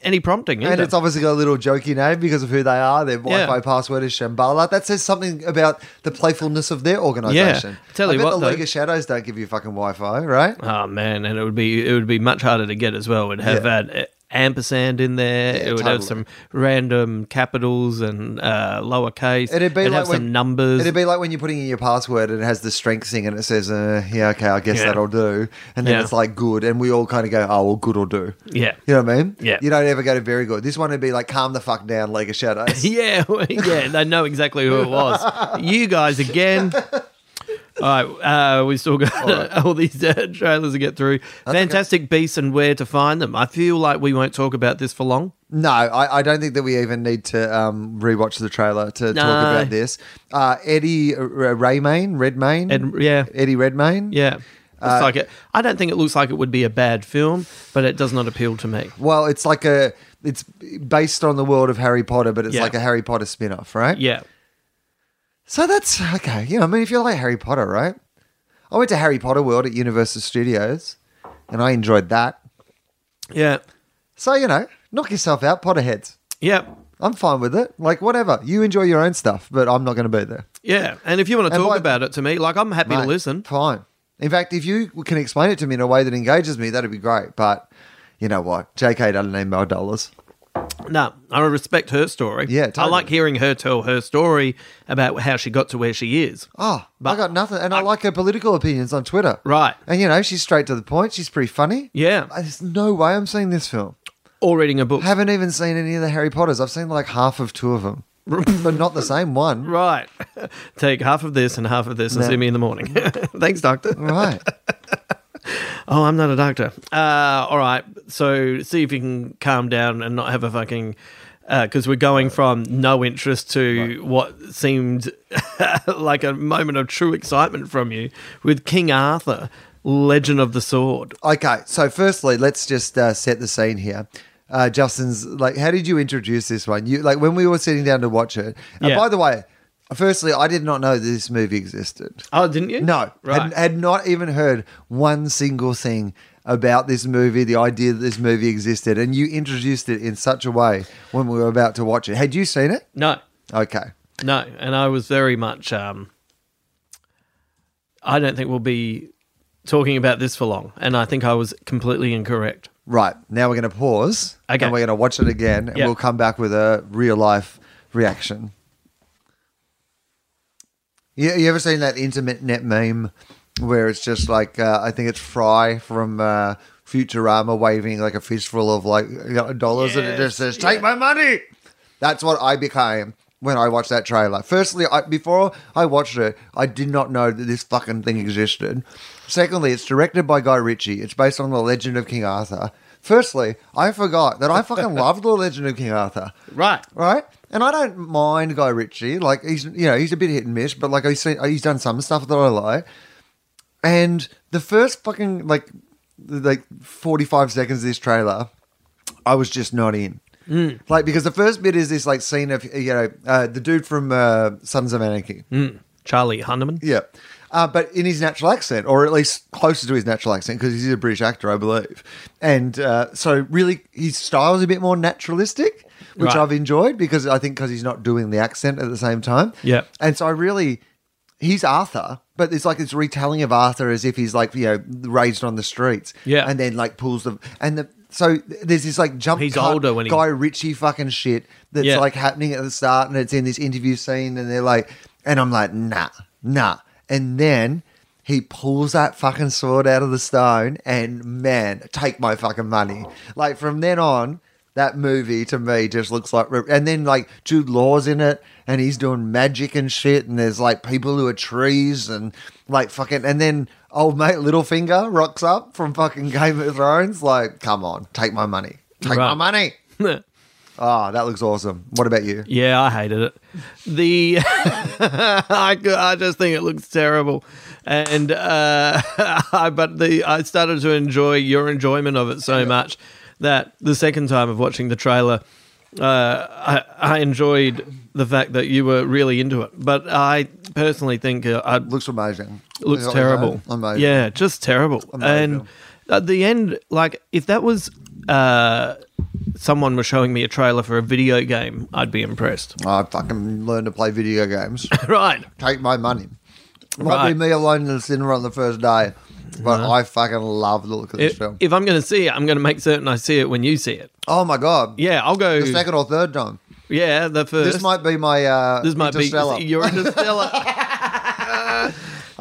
any prompting. And either. it's obviously got a little jokey name because of who they are. Their Wi-Fi password is Shambhala. That says something about the playfulness of their organisation. Yeah. Tell you I bet what, the though- League of Shadows don't give you fucking Wi-Fi, right? Oh man, and it would be it would be much harder to get as well. It'd have Yeah. had uh, ampersand in there. it would have totally. some random capitals and uh, lowercase. It'd be like have when- some numbers. It'd be like when you're putting in your password and it has the strength thing and it says, uh, "Yeah, okay, I guess Yeah. that'll do." And then Yeah. it's like good, and we all kind of go, "Oh, well, good will do." yeah. You know what I mean? Yeah. You don't ever go to very good. This one would be like, "Calm the fuck down, League of Shadows." Yeah, yeah, they know exactly who it was. You guys again. All right, uh, we still got all, these uh, trailers to get through. Fantastic Beasts and Where to Find Them. I feel like we won't talk about this for long. No, I, I don't think that we even need to um, rewatch the trailer to No. talk about this. Uh, Eddie uh, Raymain, Redmayne, And yeah, Eddie Redmayne. yeah. Looks Uh, like it. I don't think it looks like it would be a bad film, but it does not appeal to me. Well, it's like a it's based on the world of Harry Potter, but it's Yeah. like a Harry Potter spin-off, right? Yeah. So that's okay. You know, I mean, if you like Harry Potter, right? I went to Harry Potter World at Universal Studios, and I enjoyed that. Yeah. So you know, knock yourself out, Potterheads. Yeah. I'm fine with it. Like whatever, you enjoy your own stuff, but I'm not going to be there. Yeah. And if you want to And talk by- about it to me, like I'm happy to Mate, listen. Fine. In fact, if you can explain it to me in a way that engages me, that'd be great. But you know what? JK doesn't need my dollars. No, I respect her story. Yeah, I totally. like hearing her tell her story about how she got to where she is. Oh, But- I got nothing. And I, like her political opinions on Twitter. Right. And you know, she's straight to the point. She's pretty funny. Yeah. I- There's no way I'm seeing this film. Or reading a book. I haven't even seen any of the Harry Potters. I've seen like half of two of them, but not the same one. Right. Take half of this and half of this and No. see me in the morning. Thanks, doctor. Right. Oh, I'm not a doctor. Uh, all right. So see if you can calm down and not have a fucking. Because we're going from no interest to what seemed like a moment of true excitement from you with King Arthur, Legend of the Sword. Okay. So, firstly, let's just uh, set the scene here. Uh, Justin's like, how did you introduce this one? You like when we were sitting down to watch it. And Yeah. by the way, firstly, I did not know that this movie existed. Oh, didn't you? No, Right. had, had not even heard one single thing about this movie, the idea that this movie existed, and you introduced it in such a way when we were about to watch it. Had you seen it? no. Okay. No, and I was very much. Um, I don't think we'll be talking about this for long, and I think I was completely incorrect. Right. Now we're going to pause Okay. and we're going to watch it again and Yeah. we'll come back with a real life reaction. You, you ever seen that internet meme where it's just like, uh, I think it's Fry from uh, Futurama waving like a fistful of like you know, dollars and it just says, take my money. That's what I became when I watched that trailer. Firstly, I, before I watched it, I did not know that this fucking thing existed. Secondly, it's directed by Guy Ritchie. It's based on the legend of King Arthur. Firstly, I forgot that I fucking loved the legend of King Arthur Right. right? And I don't mind Guy Ritchie. Like he's you know he's a bit hit and miss, but like I see he's done some stuff that I like. And the first fucking like like forty five seconds of this trailer, I was just not in. Like because the first bit is this like scene of you know uh, the dude from uh, Sons of Anarchy. Charlie Hunterman. Yeah. Uh, but in his natural accent, or at least closer to his natural accent, because he's a British actor, I believe. And uh, so, really, his style's a bit more naturalistic, which Right. I've enjoyed because I think because he's not doing the accent at the same time. Yeah. And so, I really, he's Arthur, but it's like it's retelling of Arthur as if he's like, you know, raised on the streets. Yeah. And then, like, pulls the. And the. So there's this like jump. He's cut older when he- Guy Ritchie fucking shit that's Yeah. like happening at the start and it's in this interview scene and they're like and I'm like nah nah and then he pulls that fucking sword out of the stone and man take my fucking money like from then on that movie to me just looks like and then like Jude Law's in it and he's doing magic and shit and there's like people who are trees and like fucking and then old mate Littlefinger rocks up from fucking Game of Thrones like come on take my money take my Right. money Oh, that looks awesome. What about you? yeah, I hated it. The I, I just think it looks terrible. and uh, I, but the I started to enjoy your enjoyment of it so much that the second time of watching the trailer, uh, I, I enjoyed the fact that you were really into it. But I personally think uh, I Looks amazing. looks terrible. Amazing. Yeah, just terrible. Amazing. And at the end, like if that was uh, someone was showing me a trailer for a video game, I'd be impressed. I fucking learned to play video games. right. Take my money. Might Right. be me alone in the cinema on the first day, but I fucking love the look of this If, film. if I'm going to see it, I'm going to make certain I see it when you see it. oh my god. Yeah, I'll go. The second or third time. yeah, the first. This might be my uh This might be Interstellar. your Interstellar. I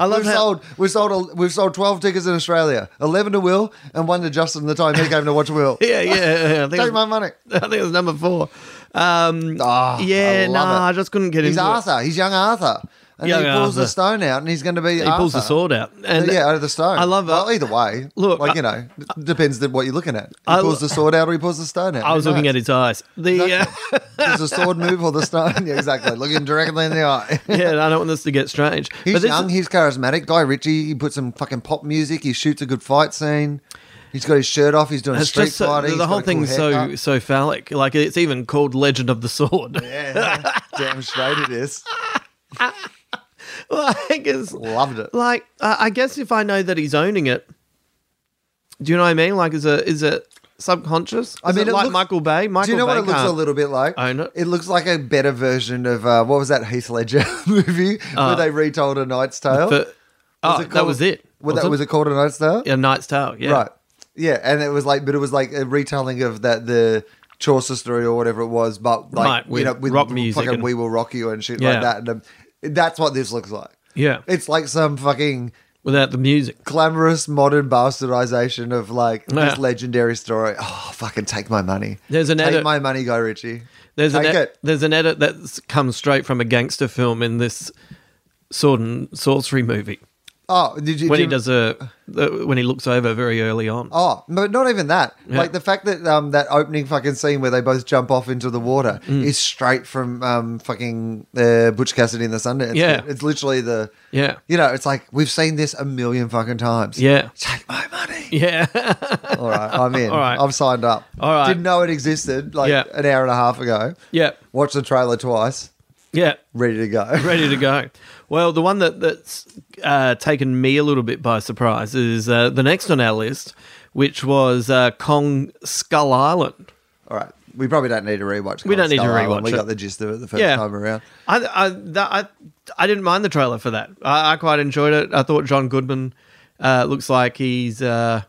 love We've how sold, we've sold, we've sold twelve tickets in Australia, eleven to Will, and one to Justin. The time he came to watch Will, yeah, yeah, yeah. I think, take it my was, money. I think it was number four. Um, Ah, yeah, I love no, nah, it. I just couldn't get He's into it. Arthur. He's young Arthur, and Young he pulls the Arthur. stone out, and he's going to be. He pulls Arthur. the Uh, sword out, and yeah, out of the stone. I love Well, that. either way, Look, like I- you know, d- depends on what you're looking at. He I- pulls the sword out, or he pulls the stone out. I was looking at his eyes. The uh, Does the sword move or the stone? Yeah, exactly. Looking directly in the eye. yeah, I don't want this to get strange. He's but this, young. He's charismatic. Guy Ritchie. He puts some fucking pop music. He shoots a good fight scene. He's got his shirt off. He's doing it's street just so, fighting. the whole thing. thing's so so phallic. Like it's even called Legend of the Sword. Yeah, damn straight it is. like it's Loved it. like I I guess if I know that he's owning it, do you know what I mean? Like is it is it subconscious? I mean, mean, it like looks- Michael Bay. Michael Do you know Bay what it looks can't- a little bit like? own it. It looks like a better version of uh, what was that Heath Ledger movie where they retold A Knight's Tale. But, Uh, oh, it that called- was it. Was, that, was it called A Knight's Tale? Yeah, Knight's Tale. Yeah, Right. Yeah, and it was like, but it was like a retelling of that the Chaucer story or whatever it was, but like Right, with you know, with rock music fucking and- "We Will Rock You" and shit like Yeah. that. And um, that's what this looks like. Yeah, It's like some fucking without the music. glamorous modern bastardization of like Yeah. this legendary story. Oh, fucking take my money. There's an take edit- my money, Guy Ritchie. There's an e- take ed- it. there's an edit that comes straight from a gangster film in this sword and sorcery movie Oh, did you? when do he you- does a the- when he looks over very early on. Oh, but not even that. Yeah. Like the fact that um, that opening fucking scene where they both jump off into the water Mm. is straight from um, fucking uh, Butch Cassidy and the Sundance. Yeah. Kid. it's literally the Yeah, you know, it's like we've seen this a million fucking times. yeah, take my money. yeah. All right, I'm in. All right. I've signed up. All right. didn't know it existed like Yeah. an hour and a half ago. Yeah. watched the trailer twice, yeah. ready to go. ready to go. Well, the one that that's uh, taken me a little bit by surprise is uh, the next on our list, which was uh, Kong Skull Island. All right, we probably don't need to rewatch. We don't need to Skull Island. rewatch We it. got the gist of it the first Yeah. time around. I I, that, I I didn't mind the trailer for that. I, I quite enjoyed it. I thought John Goodman uh, looks like he's uh,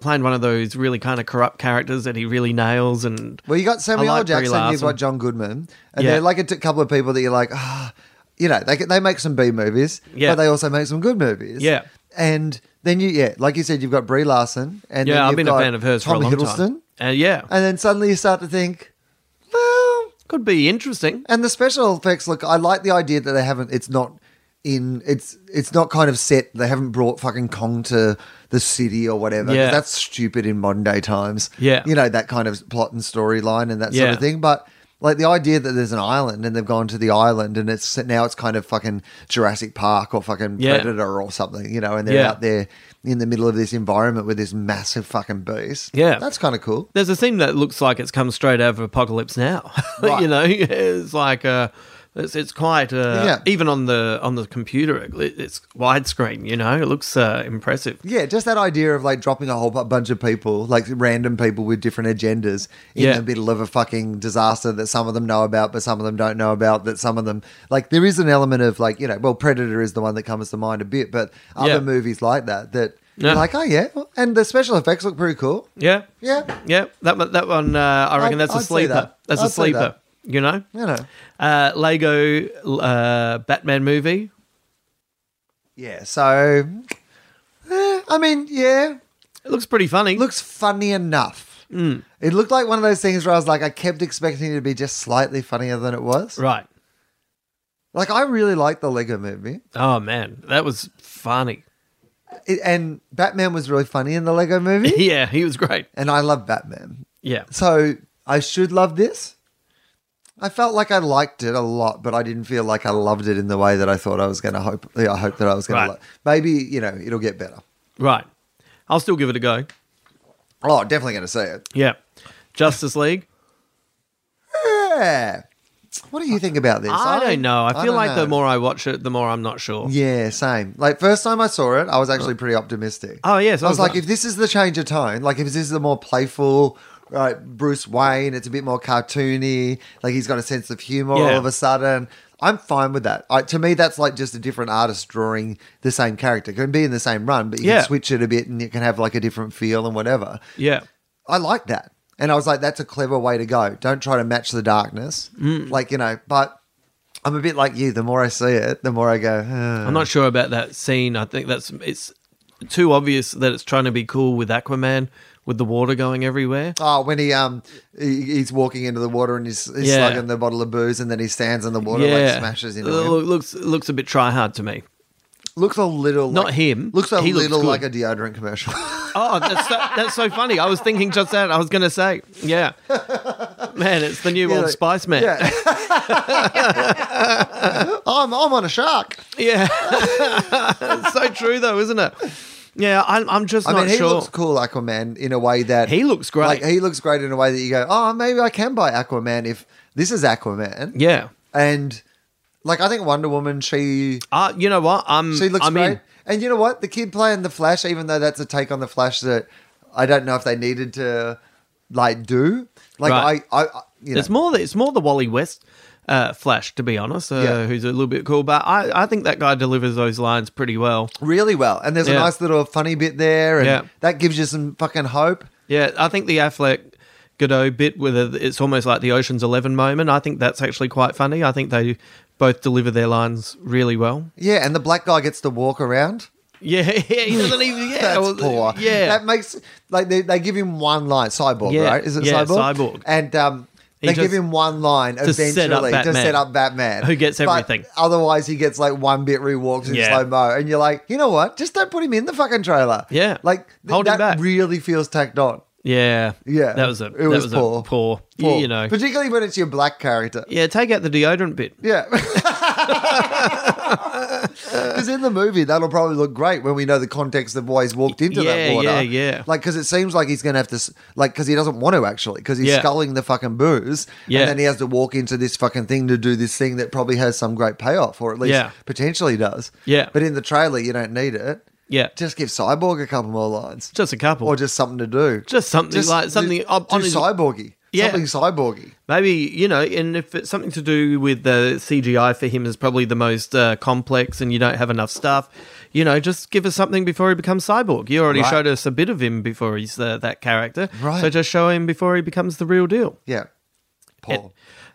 playing one of those really kind of corrupt characters that he really nails. And Well, you got Samuel like L. Brie Jackson, you've Larson. got John Goodman, and Yeah. they're like a t- couple of people that you're like, ah, you know, they they make some B movies, Yeah. but they also make some good movies. Yeah. and then you, yeah, like you said, you've got Brie Larson, and then yeah, I've you've been a got fan of hers Tom for a long Hiddleston, time. And yeah, and then suddenly you start to think, well, could be interesting. and the special effects look. I like the idea that they haven't. It's not in. It's it's not kind of set. They haven't brought fucking Kong to the city or whatever. 'cause Yeah. that's stupid in modern day times. Yeah. you know that kind of plot and storyline and that sort Yeah. of thing. But like the idea that there's an island and they've gone to the island and it's now it's kind of fucking Jurassic Park or fucking Yeah. Predator or something. You know, and they're Yeah. out there in the middle of this environment with this massive fucking beast. Yeah. that's kind of cool. there's a scene that looks like it's come straight out of Apocalypse Now. Right. you know, it's like uh, it's it's quite uh, Yeah. even on the on the computer. It, it's widescreen. You know, it looks uh, impressive. Yeah, just that idea of like dropping a whole bu- bunch of people, like random people with different agendas, in Yeah. the middle of a fucking disaster that some of them know about, but some of them don't know about. That some of them, like, there is an element of like, you know, well, Predator is the one that comes to mind a bit, but other Yeah. movies like that, that Yeah. you're like, oh yeah, and the special effects look pretty cool. Yeah, Yeah, yeah. That one- that one, uh, I reckon I'd- that's I'd a say sleeper. that. That's I'd a say sleeper. that. You know, you know, uh, Lego uh, Batman movie. yeah. So, eh, I mean, yeah, It looks pretty funny. looks funny enough. Mm. It looked like one of those things where I was like, I kept expecting it to be just slightly funnier than it was. right. Like I really liked the Lego Movie, Oh man, that was funny. it, and Batman was really funny in the Lego Movie, Yeah, he was great. and I love Batman, Yeah, so I should love this. I felt like I liked it a lot, but I didn't feel like I loved it in the way that I thought I was going to hope. Yeah, I hope that I was going Right. to. Lo- Maybe you know it'll get better. Right. I'll still give it a go. Oh, definitely going to see it. Yeah. Justice League. Yeah. What do you think about this? I don't know. I feel don't like the know. more I watch it, the more I'm not sure. Yeah, same. Like first time I saw it, I was actually pretty optimistic. Oh, yes, I was like, that. if this is the change of tone, like if this is a more playful, right, Bruce Wayne, it's a bit more cartoony. Like he's got a sense of humor all Yeah. of a sudden. I'm fine with that. I, to me, that's like just a different artist drawing the same character. It can be in the same run, but you Yeah. can switch it a bit, and it can have like a different feel and whatever. Yeah. I like that. And I was like, that's a clever way to go. Don't try to match the darkness. Mm. Like, you know, but I'm a bit like you. The more I see it, the more I go, "Ugh." I'm not sure about that scene. I think that's it's too obvious that it's trying to be cool with Aquaman with the water going everywhere. oh, when he um he, he's walking into the water and he's, he's Yeah. slugging the bottle of booze and then he stands in the water yeah. like smashes into Uh, him. look- looks looks a bit try hard to me. Looks a little Not like- him. Looks a He looks little good. like a deodorant commercial. Oh, that's so, that's so funny. I was thinking just that. I was going to say, yeah, man, it's the new Yeah, old like- Spice Man. yeah. I'm I'm on a shark. Yeah. it's so true, though, isn't it? Yeah, I'm, I'm just I not mean, he sure. looks cool, Aquaman, in a way that He looks great. Like he looks great in a way that you go, oh, maybe I can buy Aquaman if this is Aquaman. yeah. and like I think Wonder Woman, she Uh, you know what? I'm, she looks I'm great. in. And you know what? The kid playing the Flash, even though that's a take on the Flash that I don't know if they needed to like do. Like Right. I, I, I you know, It's more the, it's more the Wally West uh, Flash, to be honest, uh, Yeah. who's a little bit cool. But I, I think that guy delivers those lines pretty well. really well. And there's a Yeah. nice little funny bit there, and Yeah. that gives you some fucking hope. Yeah, I think the Affleck Godot bit with it, it's almost like the Ocean's Eleven moment. I think that's actually quite funny. I think they both deliver their lines really well. Yeah, and the black guy gets to walk around. Yeah, yeah he doesn't even. Yeah, That's well, poor. Yeah, that makes like they, they give him one line. Cyborg, Yeah. right? Is it Yeah, cyborg? Cyborg. And um, He they give just- him one line to set eventually up to Batman. set up Batman, Who gets But everything. otherwise, he gets like one bit where he walks in Yeah. slow mo, and you're like, you know what? Just don't put him in the fucking trailer. Yeah. like th- Hold him that back. really feels tacked on. yeah, Yeah, That was a It that was was poor. a poor, Poor. You know, particularly when it's your black character. yeah. Take out the deodorant bit. Yeah. Because in the movie, that'll probably look great when we know the context of why he's walked into that Yeah, water. yeah, yeah. Like, because it seems like he's going to have to, s- like, because he doesn't want to actually, because he's Yeah. sculling the fucking booze. Yeah. And then he has to walk into this fucking thing to do this thing that probably has some great payoff, or at least Yeah. potentially does. Yeah. But in the trailer, you don't need it. Yeah, Just just, give Cyborg a couple more lines a couple. or just something to do. Just something like- something do, ob- do on his- cyborgy. Yeah. Something cyborgy. Maybe you know, and if it's something to do with the CGI for him is probably the most uh, complex, and you don't have enough stuff, you know, just give us something before he becomes cyborg. You already Right. showed us a bit of him before he's uh, that character, Right. So just show him before he becomes the real deal. Yeah. Paul. Um,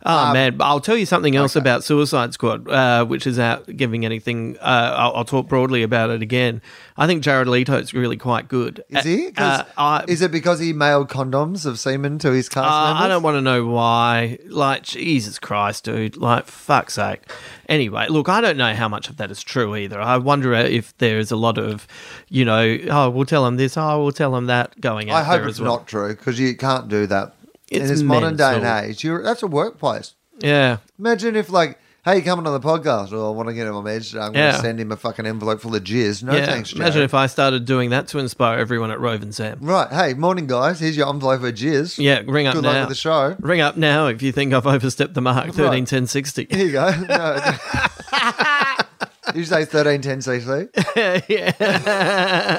Oh man, I'll tell you something else about Suicide Squad, uh, which is out giving anything. Uh, I'll, I'll talk broadly about it again. I think Jared Leto's really quite good. Is he? 'Cause Uh, I, is it because he mailed condoms of semen to his cast Uh, members? I don't want to know why. Like, Jesus Christ, dude. Like, fuck's sake. Anyway, look, I don't know how much of that is true either. I wonder if there is a lot of, you know, oh, we'll tell him this, oh, we'll tell him that going out I hope there it's as well. not true because you can't do that in It's this modern day and mental. age. You're that's a workplace. Yeah. Imagine if like. Hey, coming on the podcast? Oh, I want to get him a message. I'm going to Yeah. send him a fucking envelope full of jizz. No yeah. thanks, Imagine Jared. if I started doing that to inspire everyone at Rove and Sam. Right. Hey, morning, guys. Here's your envelope of jizz. Yeah, ring up Good now. luck with the show. Ring up now if you think I've overstepped the mark. Thirteen ten sixty. Here you go. No. Did you say 1310cc?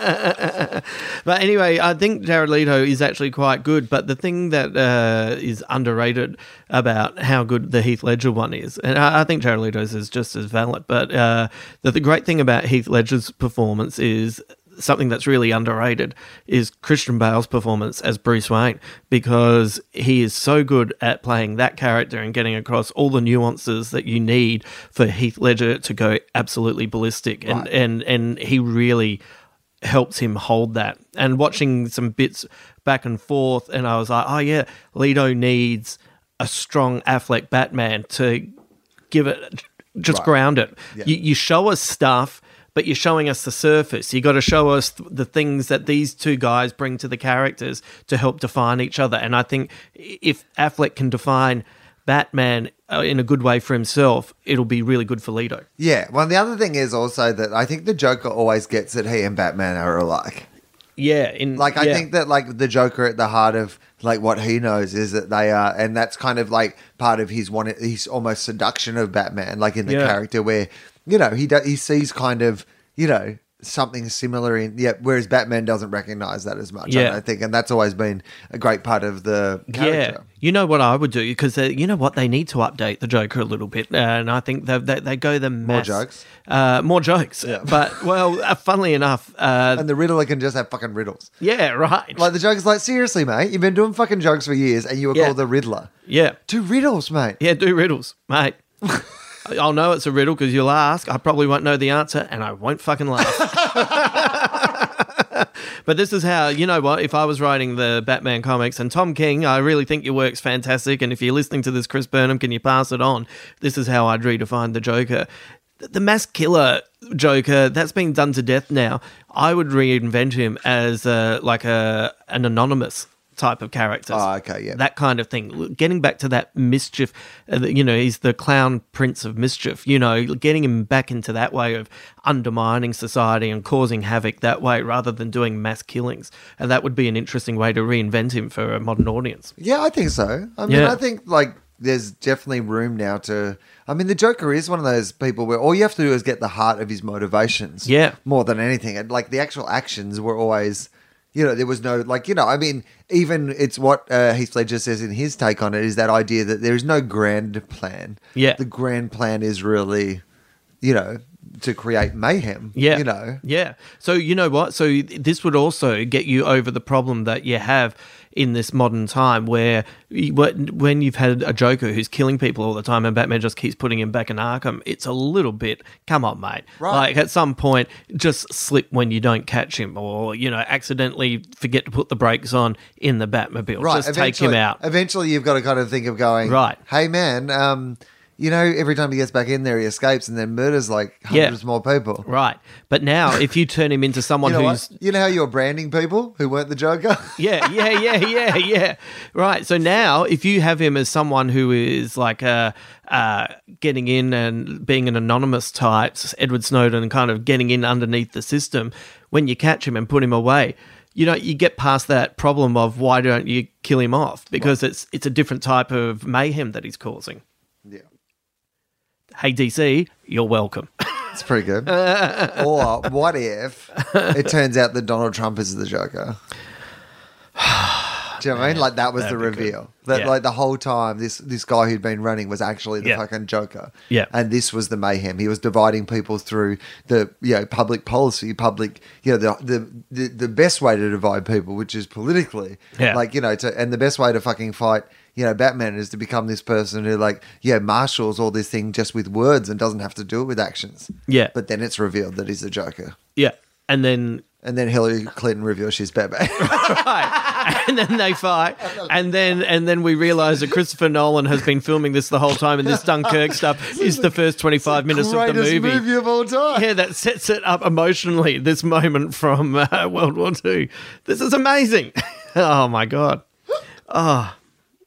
But anyway, I think Jared Leto is actually quite good. But the thing that uh, is underrated about how good the Heath Ledger one is, and I, I think Jared Leto's is just as valid. But uh, the, the great thing about Heath Ledger's performance is something that's really underrated is Christian Bale's performance as Bruce Wayne because he is so good at playing that character and getting across all the nuances that you need for Heath Ledger to go absolutely ballistic and and and he really helps him hold that. And watching some bits back and forth, and I was like, oh yeah, Leto needs a strong Affleck Batman to give it, just ground it. You, you show us stuff. But you're showing us the surface. You got to show us th- the things that these two guys bring to the characters to help define each other. And I think i- if Affleck can define Batman uh, in a good way for himself, it'll be really good for Leto. Yeah. Well, the other thing is also that I think the Joker always gets that he and Batman are alike. Yeah, in Like I yeah. think that like the Joker at the heart of like what he knows is that they are, and that's kind of like part of his one, his almost seduction of Batman, like in the Yeah. character where you know he do, he sees kind of you know something similar in yeah, whereas Batman doesn't recognize that as much. Yeah. I don't think, and that's always been a great part of the character. Yeah, you know what I would do because you know what they need to update the Joker a little bit, uh, and I think they they, they go the mass- jokes? uh, more jokes. But well, uh, funnily enough, uh, And the Riddler can just have fucking riddles. yeah, right, Like the Joker's like, seriously, mate, you've been doing fucking jokes for years, and you were Yeah. called the Riddler. yeah, Two riddles, mate. yeah, do riddles, mate. I'll know it's a riddle because you'll ask. I probably won't know the answer, and I won't fucking laugh. But this is how, you know what? If I was writing the Batman comics and Tom King, I really think your work's fantastic. And if you're listening to this, Chris Burnham, can you pass it on? This is how I'd redefine the Joker. Th- The mass killer Joker, that's been done to death now. I would reinvent him as uh like a an anonymous type of character. Oh, okay, yeah. That kind of thing. L- Getting back to that mischief, uh, that, you know, he's the clown prince of mischief, you know, getting him back into that way of undermining society and causing havoc that way rather than doing mass killings. And that would be an interesting way to reinvent him for a modern audience. Yeah, I think so. I mean, Yeah. I think like there's definitely room now to. I mean, the Joker is one of those people where all you have to do is get the heart of his motivations. Yeah. more than anything, and like the actual actions were always. You know, there was no like. You know, I mean, even it's what uh, Heath Ledger says in his take on it is that idea that there is no grand plan. Yeah. the grand plan is really, you know, to create mayhem. Yeah. you know, Yeah. So, you know what? So, th- this would also get you over the problem that you have in this modern time where y- wh- when you've had a Joker who's killing people all the time and Batman just keeps putting him back in Arkham, it's a little bit, come on, mate. Right. Like, at some point, just slip when you don't catch him or, you know, accidentally forget to put the brakes on in the Batmobile. just take him eventually- out. Eventually, you've got to kind of think of going Right. Hey, man, um, you know, every time he gets back in there, he escapes and then murders like Yeah. hundreds more people. Right. But now, if you turn him into someone You know, who's what? you know how you're branding people who weren't the Joker. yeah, yeah, yeah, yeah, yeah. Right. So now, if you have him as someone who is like uh, uh, getting in and being an anonymous type, s- Edward Snowden, and kind of getting in underneath the system, when you catch him and put him away, you know, you get past that problem of why don't you kill him off because it's it's a different type of mayhem that he's causing. yeah, Hey DC, you're welcome. it's pretty good. or what if it turns out that Donald Trump is the Joker? Do you know what I mean? Like that was the that'd be good. reveal. That Yeah. like the whole time this this guy who'd been running was actually the Yeah. fucking Joker. Yeah. And this was the mayhem. He was dividing people through the you know public policy, public you know the the the, the best way to divide people, which is politically. Yeah. Like you know, to and the best way to fucking fight. You know, Batman is to become this person who, like, yeah, marshals all this thing just with words and doesn't have to do it with actions. Yeah. But then it's revealed that he's the Joker. yeah. And then And then Hillary Clinton reveals she's Batman. fight. and then they fight, and then and then we realize that Christopher Nolan has been filming this the whole time, and this Dunkirk stuff is the first twenty five minutes of the Greatest movie. movie of all time. Yeah, that sets it up emotionally. This moment from uh, World War II. This is amazing. oh my god. Oh.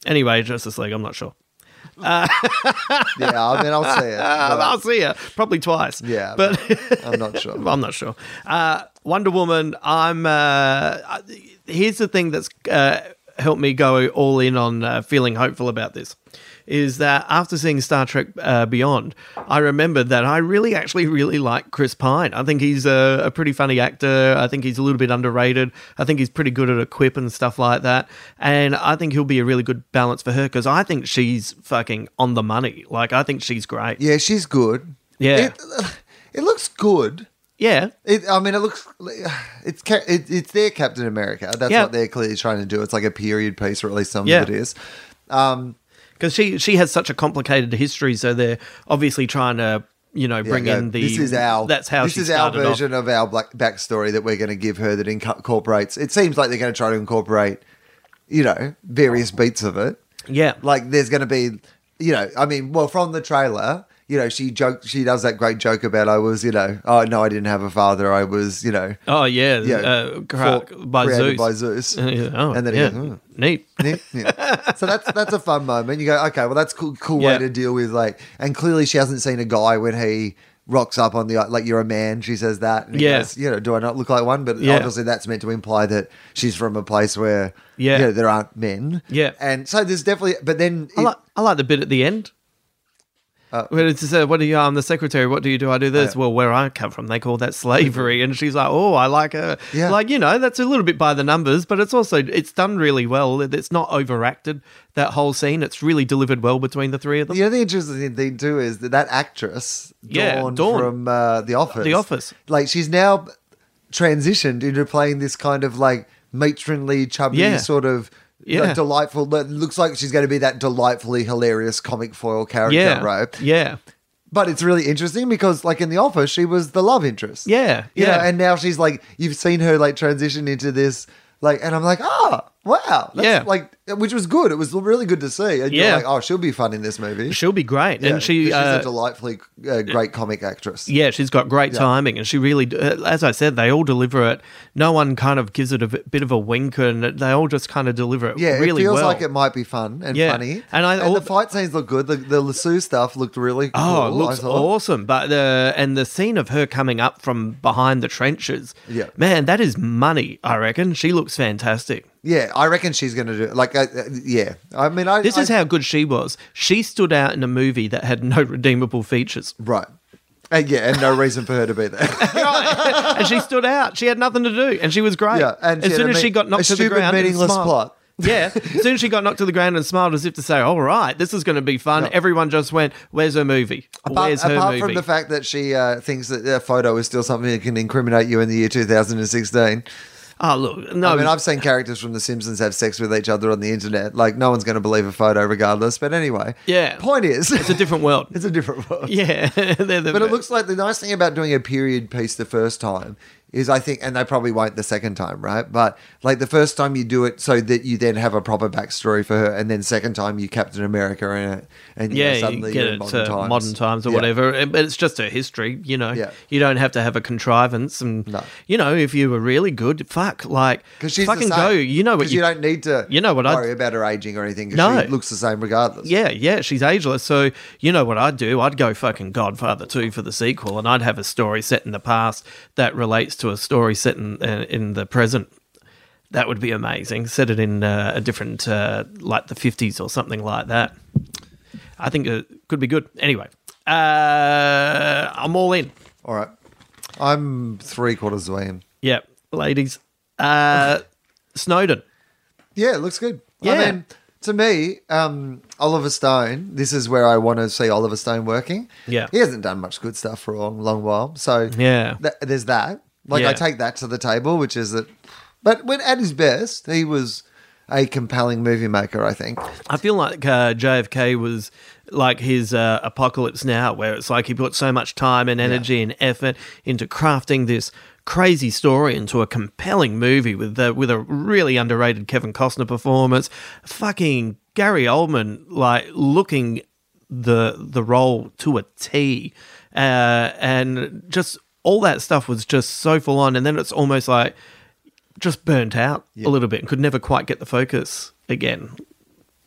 Anyway, Justice League. I'm not sure. Yeah, I mean, I'll see it. but I'll see you probably twice. Yeah, but I'm not sure. I'm not sure. Uh, Wonder Woman. I'm. Uh, I- here's the thing that's uh, helped me go all in on uh, feeling hopeful about this. Is that after seeing Star Trek uh, Beyond, I remembered that I really, actually, really like Chris Pine. I think he's a, a pretty funny actor. I think he's a little bit underrated. I think he's pretty good at a quip and stuff like that. And I think he'll be a really good balance for her because I think she's fucking on the money. Like, I think she's great. Yeah, she's good. Yeah. It, it looks good. Yeah. It, I mean, it looks it's ca- it, it's their Captain America. That's Yeah. what they're clearly trying to do. It's like a period piece, or at least some Yeah. of it is. because she she has such a complicated history, so they're obviously trying to you know bring Yeah, in the this is our that's how this she is our started off. version of our black backstory that we're going to give her that inco- incorporates. It seems like they're going to try to incorporate, you know, various beats of it. Yeah, Like there's going to be, you know, I mean, well, from the trailer. you know, she joke she does that great joke about I was, you know, oh no, I didn't have a father. I was, you know, Oh yeah, yeah, uh, cra- for- by created Zeus. by Zeus. Yeah, oh, and then he yeah. goes, "Hmm." neat. Yeah, yeah. so that's that's a fun moment. You go, okay, well that's cool, cool way Yeah. to deal with like. And clearly, she hasn't seen a guy when he rocks up on the like. You're a man. She says that. And he Yeah. goes, you know, do I not look like one? But Yeah. obviously, that's meant to imply that she's from a place where Yeah. you know, there aren't men. Yeah. and so there's definitely. But then I it- like I like the bit at the end. Uh, Where it's just, uh, what do you? I'm the secretary. What do you do? I do this. well, where I come from, they call that slavery. And she's like, oh, I like her. Yeah. Like you know, that's a little bit by the numbers, but it's also it's done really well. It- It's not overacted. That whole scene, it's really delivered well between the three of them. The other interesting thing too is that that actress, Yeah, Dawn, Dawn. from uh, The Office, The Office. like she's now transitioned into playing this kind of like matronly, chubby Yeah. sort of. Yeah. like, delightful. lo- Looks like she's going to be that delightfully hilarious comic foil character, Yeah, right? Yeah, But it's really interesting because, like in The Office, she was the love interest. yeah, you yeah. know, and now she's like, you've seen her like transition into this, like, and I'm like, oh, wow, that's, Yeah. like, which was good. It was really good to see. And you're Yeah. like, oh, she'll be fun in this movie. she'll be great. Yeah, and she, she's uh, a delightfully uh, great comic actress. Yeah, she's got great Yeah. timing, and she really, d- uh, as I said, they all deliver it. No one kind of gives it a v- bit of a wink, and they all just kind of deliver it Yeah, really it feels well. like it might be fun and Yeah. funny. And I- all- the fight scenes look good. The, the lasso stuff looked really cool. Oh, it I looks thought. awesome! But the and the scene of her coming up from behind the trenches, Yeah. man, that is money. I reckon she looks fantastic. Yeah, I reckon she's going to do like uh, uh, yeah. I mean, I This is I- how good she was. She stood out in a movie that had no redeemable features, right. And yeah, and no reason for her to be there. and she stood out. She had nothing to do, and she was great. Yeah, and as she had soon a as me- she got a knocked to the stupid, ground, and meaningless smiled- plot. Yeah. As soon as she got knocked to the ground and smiled as if to say, all right, this is going to be fun, everyone just went, where's her movie? Apart, where's her apart movie? from the fact that she uh, thinks that a photo is still something that can incriminate you in the year 2016. oh, look, no. I mean, I've seen characters from The Simpsons have sex with each other on the internet. Like, no one's going to believe a photo, regardless. But anyway, Yeah. Point is, it's a different world. it's a different world. yeah. they're the But it best. looks like the nice thing about doing a period piece the first time is I think, and they probably won't the second time, right? But like the first time you do it so that you then have a proper backstory for her, and then second time you Captain America in it, and you know, yeah, suddenly you get are in it modern to times. modern times or Yeah. whatever. eh, But it's just her history, you know. Yeah. You don't have to have a contrivance, and No. you know, if you were really good, fuck, like, Because she's fucking the same. go. You know what Because you, don't need to. you know what I'd- worry about her aging or anything. 'cause No. she looks the same regardless. Yeah, yeah, she's ageless. So you know what I'd do? I'd go fucking Godfather two for the sequel, and I'd have a story set in the past that relates to a story set in uh, in the present. That would be amazing. Set it in uh, a different, uh, like the fifties or something like that. I think it could be good. Anyway, uh, I'm all in. All right. I'm three quarters way in. Yeah, ladies. Uh, Snowden. Yeah, it looks good. I Yeah. mean, to me, um, Oliver Stone, this is where I want to see Oliver Stone working. Yeah. He hasn't done much good stuff for a long, long while. So Yeah. th- there's that. Like, I Yeah. take that to the table, which is that. But when at his best, he was a compelling movie maker, I think. I feel like uh, JFK was like his uh, apocalypse now, where it's like he put so much time and energy and effort into crafting this crazy story into a compelling movie with the, with a really underrated Kevin Costner performance, fucking Gary Oldman like looking the the role to a T, uh, and just all that stuff was just so full on, and then it's almost like just burnt out a little bit and could never quite get the focus again.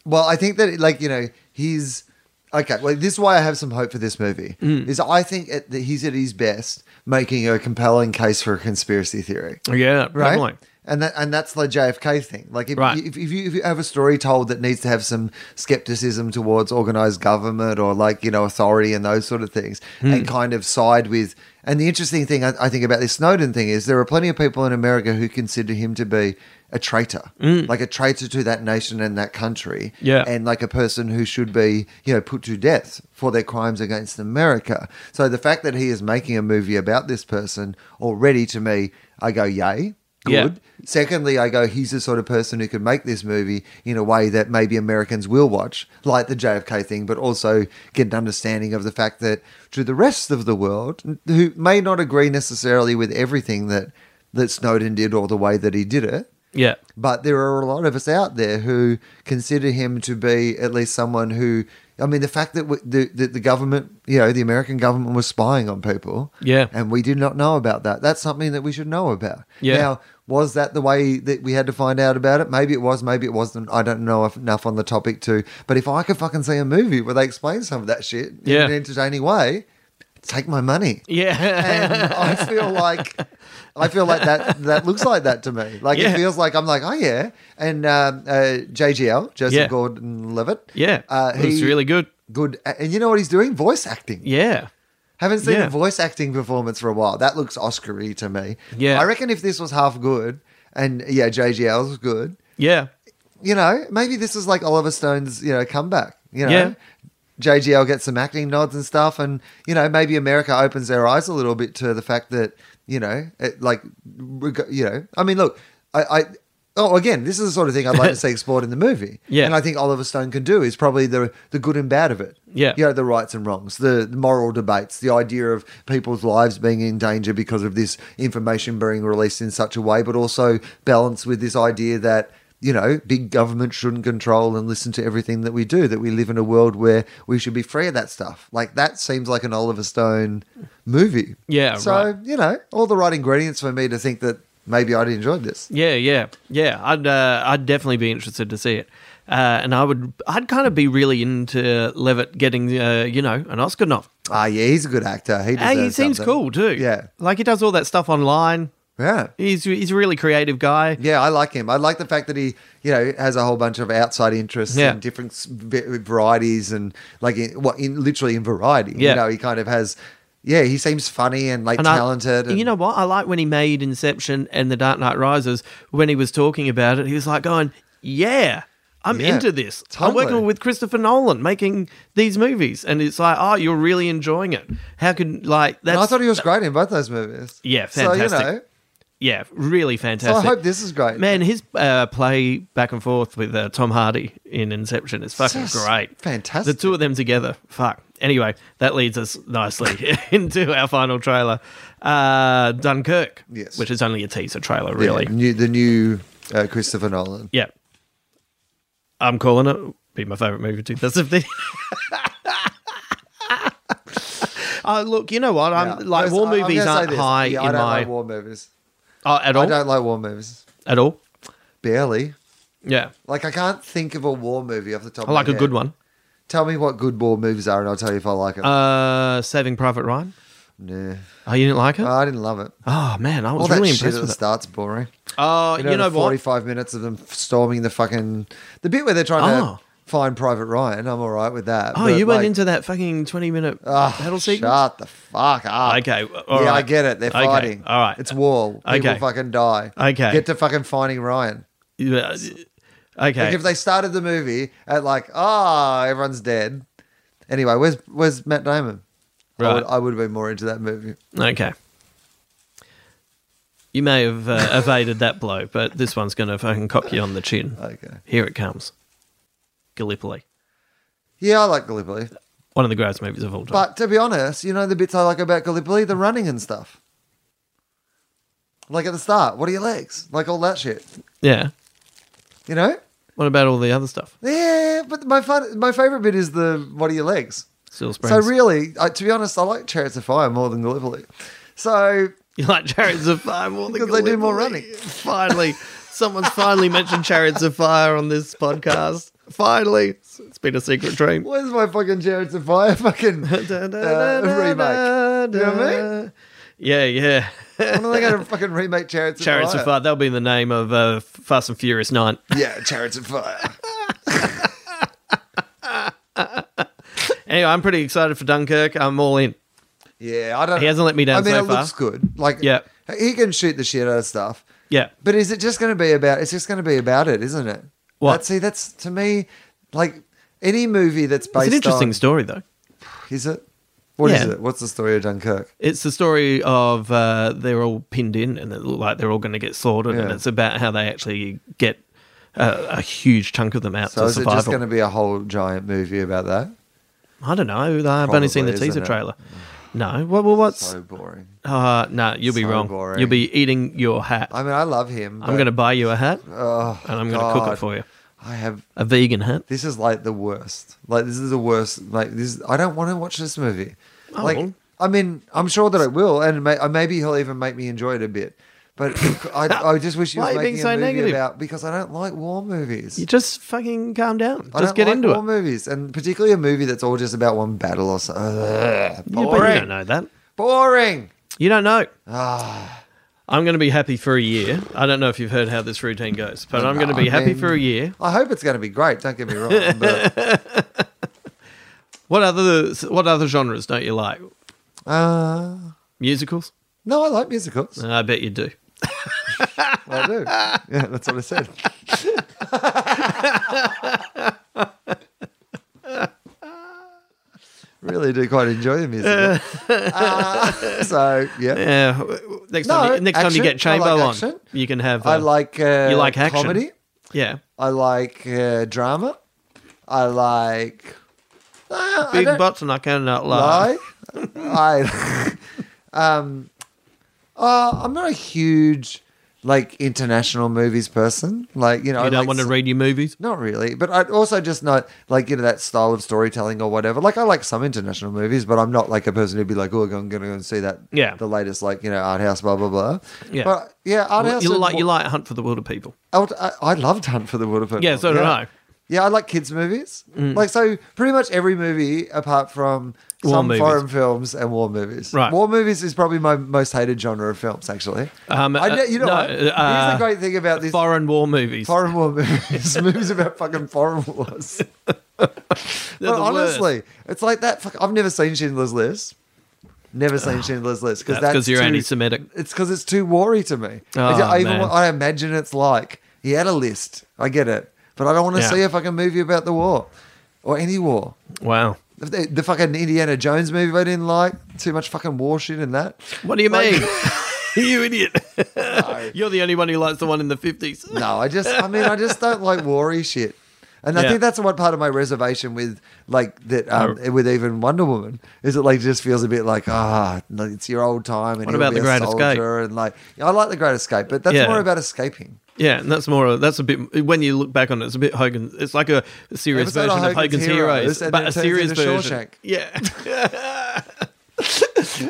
Well, I think that like you know he's okay. Well, this is why I have some hope for this movie. Mm. Is I think at that he's at his best making a compelling case for a conspiracy theory, Yeah, right? definitely. And that and that's the JFK thing. Like if, Right. if, if, you, if you have a story told that needs to have some skepticism towards organized government or like you know authority and those sort of things, Hmm. and kind of side with. And the interesting thing I, I think about this Snowden thing is there are plenty of people in America who consider him to be a traitor, like a traitor to that nation and that country Hmm. Yeah. and like a person who should be, you know, put to death for their crimes against America. So the fact that he is making a movie about this person already to me, I go, yay, good. Yeah. Secondly, I go, he's the sort of person who could make this movie in a way that maybe Americans will watch, like the JFK thing, but also get an understanding of the fact that to the rest of the world, who may not agree necessarily with everything that, that Snowden did or the way that he did it, Yeah. but there are a lot of us out there who consider him to be at least someone who I mean, the fact that we, the, the the government, you know, the American government was spying on people, Yeah. and we did not know about that. That's something that we should know about. Yeah. Now, was that the way that we had to find out about it? Maybe it was, maybe it wasn't. I don't know enough on the topic to. But if I could fucking see a movie where they explain some of that shit Yeah. in an entertaining way, take my money Yeah. and I feel like I feel like that that looks like that to me. Like Yeah. it feels like I'm like, oh yeah. And um, uh, JGL Joseph Yeah. Gordon Levitt, yeah. uh, it was he- really good. good. And you know what he's doing? Voice acting. Yeah. Haven't seen Yeah. a voice acting performance for a while. That looks Oscar-y to me. Yeah. I reckon if this was half good, and yeah, JGL was good. Yeah. You know, maybe this is like Oliver Stone's you know comeback. You know. Yeah. JGL gets some acting nods and stuff, and you know maybe America opens their eyes a little bit to the fact that you know, it, like reg- you know, I mean, look, I, I oh again, this is the sort of thing I'd like to see explored in the movie, Yeah. and I think Oliver Stone can do is probably the the good and bad of it, Yeah. you know, the rights and wrongs, the, the moral debates, the idea of people's lives being in danger because of this information being released in such a way, but also balance with this idea that you know, big government shouldn't control and listen to everything that we do, that we live in a world where we should be free of that stuff. Like, that seems like an Oliver Stone movie. Yeah, So, right. you know, all the right ingredients for me to think that maybe I'd enjoyed this. Yeah, yeah, yeah. I'd uh, I'd definitely be interested to see it, uh, and I would I'd kind of be really into Levitt getting uh, you know an Oscar nom. Ah, yeah, he's a good actor. He, Hey, Ah, he deserves seems something. cool too. Yeah. like he does all that stuff online. Yeah. He's he's a really creative guy. Yeah, I like him. I like the fact that he, you know, has a whole bunch of outside interests Yeah. and different s- v- varieties and like in, what in literally in variety. Yeah. You know, he kind of has. Yeah, he seems funny and like And I- talented. and, you know what? I like when he made Inception and The Dark Knight Rises. When he was talking about it, he was like going, "Yeah." I'm Yeah, into this. I'm totally. working with Christopher Nolan making these movies, and it's like, oh, you're really enjoying it. How can like that's? and I thought he was great in both those movies. Yeah, So you know, fantastic. yeah, really so fantastic. I hope this is great. Man, his uh, play back and forth with uh, Tom Hardy in Inception is fucking Just great. fantastic. The two of them together. Fuck. Anyway, that leads us nicely into our final trailer uh, Dunkirk. Yes. Which is only a teaser trailer, Yeah, really. Yeah. new, the new uh, Christopher Nolan. I'm calling it. Be my favorite movie of 2015. Oh, look, you know what? I'm Yeah. like war I'm gonna movies say aren't this. high Yeah, in I don't my like war movies. Oh, at I all. don't like war movies. At all. Barely. Yeah, Like I can't think of a war movie off the top. I like of my a good head. one. Tell me what good war movies are, and I'll tell you if I like it. Uh, Saving Private Ryan. nah. Oh, you didn't like it? Oh, I didn't love it. Oh man, I All was that really shit impressed at the with it. start's boring. Oh, You know, the 45 minutes of them storming the fucking. The bit where they're trying Oh. to find Private Ryan, I'm all right with that. Oh, but, you went like, into that fucking twenty-minute ah, battle sequence. Shut the fuck up. Okay, w- Yeah, all I right. get it. They're Okay, fighting. all right. It's war. People Okay. fucking die. Okay. Get to fucking finding Ryan. Yeah, uh, Okay. Like if they started the movie at like, ah, everyone's dead. Anyway, where's where's Matt Damon? I Right. would I would have been more into that movie. okay. You may have uh, evaded that blow, but this one's going to fucking cop you on the chin. Okay. Here it comes. Gallipoli, Yeah, I like Gallipoli. one of the greatest movies of all time. But to be honest, you know the bits I like about Gallipoli, the running and stuff. Like at the start, what are your legs? Like all that shit. yeah. You know? What about all the other stuff? Yeah, but my fun, my favorite bit is the what are your legs? Still Springs. So really, I, to be honest, I like Chariots of Fire more than Gallipoli. So You like Chariots of Fire more than Because they do more Gallipoli. running. Finally, someone's finally mentioned Chariots of Fire on this podcast. Finally, it's it's been a secret dream. where's my fucking Chariots of Fire fucking uh, remake? You know what I mean? Yeah, yeah. When are they going to fucking remake Chariots of Chariots Fire? of Fire. That'll be the name of uh, Fast and Furious Nine. Yeah, Chariots of Fire. Anyway, I'm pretty excited for Dunkirk. I'm all in. Yeah, I don't. He hasn't let me I down mean, so it looks good. Like, Yeah. he can shoot the shit out of stuff. Yeah, But is it just going to be about? It's just going to be about it, isn't it? What? That, see, that's to me, like any movie that's it's based an interesting on. story though. Is it? What is Yeah. it? What's the story of Dunkirk? It's the story of uh, they're all pinned in and they look like they're all going to get slaughtered, and Yeah. it's about how they actually get uh, a huge chunk of them out So to is it just survival. going to be a whole giant movie about that? I don't know. I've only seen the Probably, teaser isn't it? trailer. No, well, well what's So boring. uh, no? You'll be so wrong. boring. You'll be eating your hat. I mean, I love him. I'm going to buy you a hat, Oh, and I'm going to cook God. it for you. I have. a vegan hat. This is like the worst. Like this is the worst. Like this. Is, I don't want to watch this movie. Oh. Like I mean, I'm sure that it will, and may, uh, maybe he'll even make me enjoy it a bit. But I, I just wish you Why was are you being making a so movie negative? about because I don't like war movies. You just fucking calm down. I Just don't get like into war it. movies, and particularly a movie that's all just about one battle or something. Ugh, Yeah, but you boring. don't know that. boring. You don't know. Ah. I'm going to be happy for a year. I don't know if you've heard how this routine goes, but I'm going to I be happy mean- for a year. I hope it's going to be great. Don't get me wrong, but What other what other genres don't you like? uh, Musicals? no, I like musicals. I bet you do. I do. Yeah, that's what I said. really do quite enjoy the music. Uh, so yeah. Yeah. w- w- Next No, time, you, next time action. you get Chamber I like on, action. you can have. Uh, I like uh, you like action. comedy. Yeah. I like uh, drama. I like uh, I Big don't butts and I cannot lie. lie. Uh, I um uh, I'm not a huge like international movies person. Like you know, You I don't like want to s- read your movies? Not really, but I also just not like you know that style of storytelling or whatever. Like I like some international movies, but I'm not like a person who'd be like, oh, I'm gonna go and see that. Yeah. the latest like you know art house, blah blah blah. Yeah. but yeah, art house. You and like you wa- like Hunt for the Wilder People. I, would- I, I loved Hunt for the Water People. Yeah, so did I. Yeah, I like kids' movies. Like, so pretty much every movie apart from Mm. War some movies. foreign films and war movies. Right. War movies is probably my most hated genre of films, actually. Um, I, know- uh, you know no, what? Here's uh, the great thing about this Foreign war movies. foreign war movies. movies about fucking foreign wars. They're But the worst. honestly, it's like that. Fuck, I've never seen Schindler's List. Never seen Schindler's List because Ah, That's because you're too- anti-Semitic. It's because it's too worry to me. Oh, I, I even man. I imagine it's like he had a list. I get it, but I don't want to Yeah. see a fucking movie about the war or any war. Wow. The, the fucking Indiana Jones movie I didn't like. Too much fucking war shit in that. What do you Like- mean? you idiot. You're the only one who likes the one in the 50s. No, I just, I mean, I just don't like worry shit. And I Yeah. think that's one part of my reservation with, like, that um, with even Wonder Woman is it like just feels a bit like ah, like, it's your old time and What he'll about be The a Great soldier Escape? and like I like the Great Escape, but that's Yeah. more about escaping. Yeah, and that's more. That's a bit. When you look back on it, it's a bit Hogan. It's like a serious Episode version of of Hogan's, Hogan's Heroes, Heroes, and but then a it turns serious into version. Shawshank. Yeah,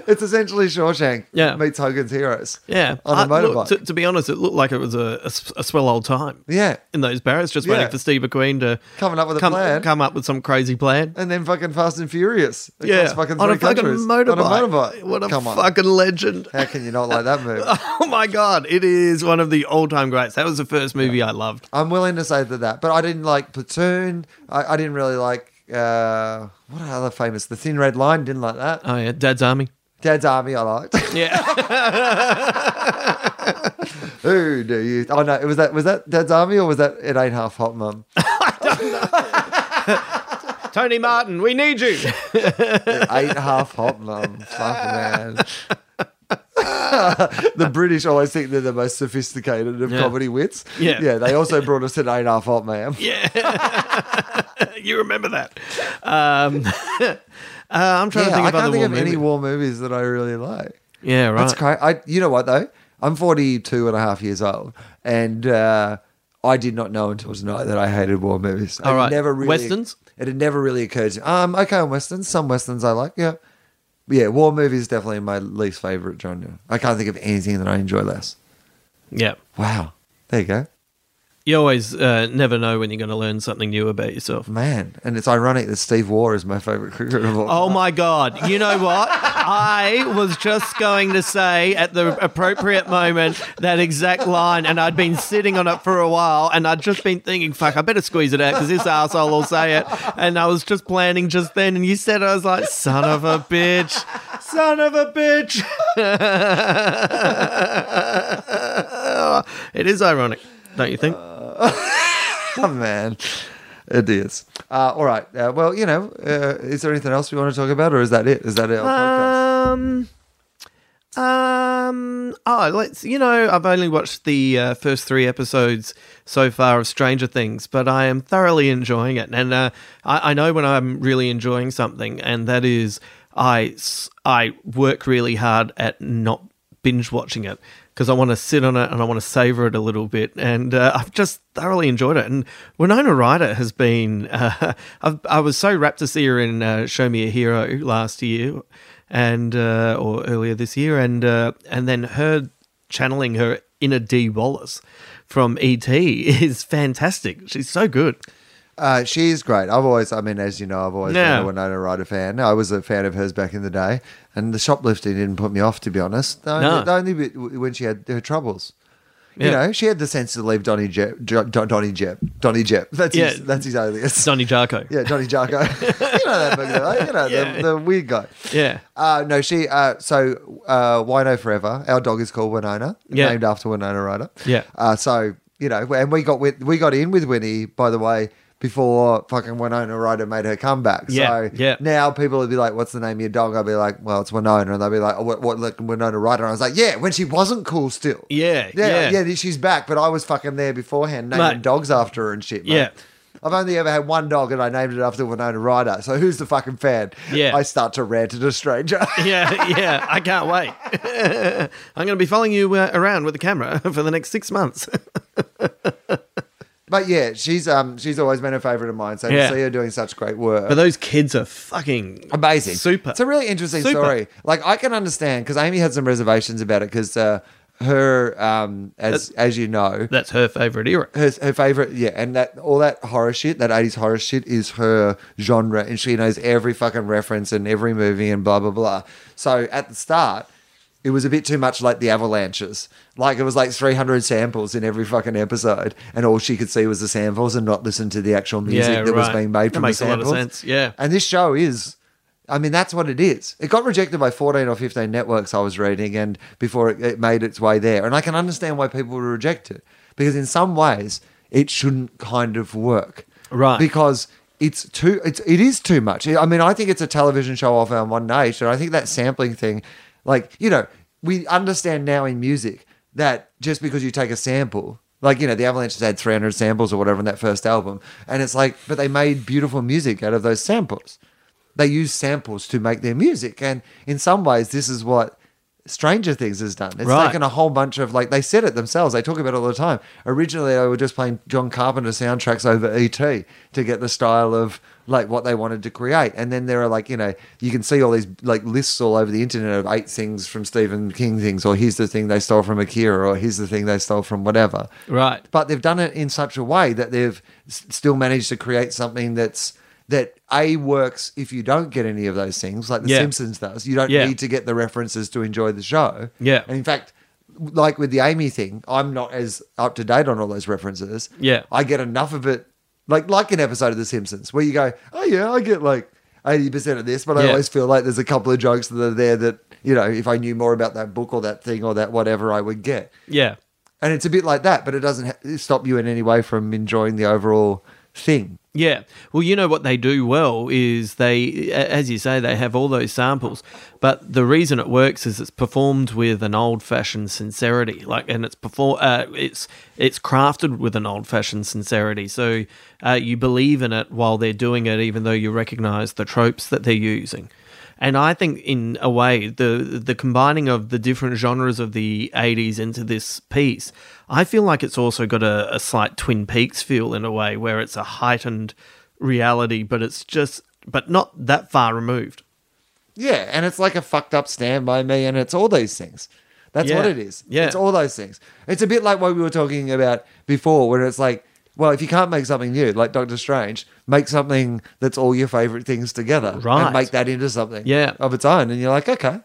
It's essentially Shawshank Yeah. meets Hogan's Heroes. yeah. on a I- motorbike. look, to, to be honest, it looked like it was a, a s- a swell old time. yeah, In those barracks, just Yeah. waiting for Steve McQueen to Coming up with a come, plan. come up with some crazy plan. and then fucking Fast and Furious. across Yeah, fucking on three a fucking countries. motorbike. On a motorbike. What a Come on. fucking legend! How can you not like that movie? Oh my god, it is one of the all-time greats. That was the first movie I loved. I'm willing to say that that, but I didn't like Platoon. I, I didn't really like uh, what are other famous? The Thin Red Line. Didn't like that. Oh yeah, Dad's Army. Dad's Army. I liked. Yeah, Who do you? Oh no, it was that. Was that Dad's Army or was that It Ain't Half Hot Mum? Tony Martin, we need you. It Ain't Half Hot Mum. Fuck man. the British always think they're the most sophisticated of Yeah. comedy wits. Yeah. yeah. They also brought us an Ain't Half Hot Man. Yeah. you remember that. Um, uh, I'm trying to Yeah, think I of other can't think of war any movies. war movies that I really like. Yeah, right. That's crazy. I, you know what though? I'm 42 and a half years old, and uh, I did not know until tonight that I hated war movies. All It right. never really, Westerns? It had never really occurred to me. Um, okay, on westerns, some westerns I like. Yeah, but yeah. War movies definitely my least favorite genre. I can't think of anything that I enjoy less. Yeah. Wow, there you go, You always uh, never know when you're going to learn something new about yourself. man. And it's ironic that Steve War is my favorite cricketer of all. Oh my God. You know what? I was just going to say at the appropriate moment that exact line, and I'd been sitting on it for a while, and I'd just been thinking, fuck, I better squeeze it out because this asshole will say it. And I was just planning just then, and you said, it, I was like, son of a bitch. Son of a bitch. it is ironic, don't you think? Oh, man. It is. Uh, all right. Uh, well, you know, uh, is there anything else we want to talk about, or is that it? Is that it? our podcast? Um, um, oh, let's, you know, I've only watched the uh, first three episodes so far of Stranger Things, but I am thoroughly enjoying it. And uh, I, I know when I'm really enjoying something, and that is I, s- I work really hard at not binge watching it. Because because I want to sit on it and I want to savor it a little bit. And uh, I've just thoroughly enjoyed it. And Winona Ryder has been, uh, I've, I was so rapt to see her in uh, Show Me a Hero last year and, uh, or earlier this year. And, uh, and then her channeling her inner D Wallace from ET is fantastic. She's so good. Uh, she is great. I've always, I mean, as you know, I've always Yeah. been a Winona Ryder fan. I was a fan of hers back in the day, and the shoplifting didn't put me off, to be honest. The only, No. the only bit w- when she had her troubles. You Yeah. know, she had the sense to leave Donny Jep. Jo- Don- Donny Jep. Donny Jep. That's, his, Yeah. that's his alias. Sonny Jarko. yeah, Donny Jarko. you know that fucking guy. You know, the, the weird guy. Yeah. Uh, no, she. Uh, so uh, Wino Forever. Our dog is called Winona, Yeah. named after Winona Ryder. Yeah. Uh, so you know, and we got with, we got in with Winnie, by the way, before fucking Winona Ryder made her comeback. Yeah, So yeah. now people would be like, "What's the name of your dog?" I'll be like, "Well, it's Winona," and they'll be like, oh, "What? What? Like Winona Ryder?" And I was like, "Yeah, when she wasn't cool still." Yeah, Yeah, yeah. yeah, she's back, but I was fucking there beforehand, naming Mate. dogs after her and shit. Mate. Yeah. I've only ever had one dog, and I named it after Winona Ryder. So who's the fucking fan? Yeah. I start to rant at a stranger. yeah, yeah, I can't wait. I'm going to be following you uh, around with the camera for the next six months. But yeah, she's um she's always been a favorite of mine. So Yeah. to see her doing such great work. but those kids are fucking Amazing. super. It's a really interesting Super. story. Like I can understand because Amy had some reservations about it because uh, her um as as you know That's her favorite era. her, her favorite yeah and that all that horror shit that 80s horror shit is her genre and she knows every fucking reference and every movie and blah blah blah so at the start it was a bit too much like the avalanches like it was like 300 samples in every fucking episode and all she could see was the samples and not listen to the actual music Yeah, that was right. being made That from makes a the lot of samples sense, yeah. and this show is I mean, that's what it is. It got rejected by 14 or 15 networks I was reading and before it, it made its way there. And I can understand why people would reject it because in some ways it shouldn't kind of work. Right. Because it's too it's it is too much. I mean, I think it's a television show off our one nation. I think that sampling thing like, you know, we understand now in music that just because you take a sample like you know, the Avalanches had 300 samples or whatever in that first album, and it's like, but they made beautiful music out of those samples they use samples to make their music. And in some ways, this is what Stranger Things has done. It's Right. taken a whole bunch of like they said it themselves. They talk about it all the time. Originally, they were just playing John Carpenter soundtracks over ET to get the style of like what they wanted to create. And then there are like you know you can see all these like lists all over the internet of eight things from Stephen King things, or here's the thing they stole from Akira, or here's the thing they stole from whatever Right. but they've done it in such a way that they've s- still managed to create something that's that a works if you don't get any of those things like the Yeah. simpsons does you don't Yeah. need to get the references to enjoy the show Yeah. and in fact like with the amy thing i'm not as up to date on all those references Yeah. i get enough of it like like an episode of the simpsons where you go oh yeah i get like 80% of this but i Yeah. always feel like there's a couple of jokes that are there that you know if i knew more about that book or that thing or that whatever i would get Yeah. and it's a bit like that, but it doesn't ha- stop you in any way from enjoying the overall thing. Yeah. Well, you know what they do well is they, a- as you say, they have all those samples. But the reason it works is it's performed with an old-fashioned sincerity, like, and it's perform, uh, it's it's crafted with an old-fashioned sincerity. So uh, you believe in it while they're doing it, even though you recognise the tropes that they're using. And I think, in a way, the the combining of the different genres of the '80s into this piece, I feel like it's also got a, a slight Twin Peaks feel in a way, where it's a heightened reality, but it's just, but not that far removed. Yeah, and it's like a fucked up stand by me, and it's all these things. That's Yeah. what it is. Yeah. It's all those things. It's a bit like what we were talking about before, where it's like, well, if you can't make something new, like Doctor Strange, make something that's all your favorite things together, Right. And make that into something, Yeah. of its own. And you're like, okay,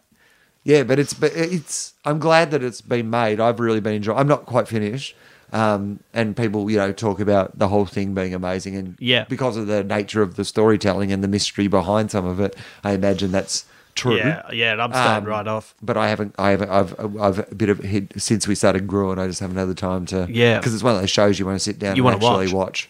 yeah, but it's but it's. I'm glad that it's been made. I've really been enjoying. I'm not quite finished. Um, and people, you know, talk about the whole thing being amazing, and Yeah. because of the nature of the storytelling and the mystery behind some of it, I imagine that's true. Yeah, yeah, and I'm staying Hmm. Um, right off. But I haven't, I haven't, I've, I've a bit of hid, since we started growing. I just haven't had the time to, Yeah. because it's one of those shows you want to sit down You and want to actually watch.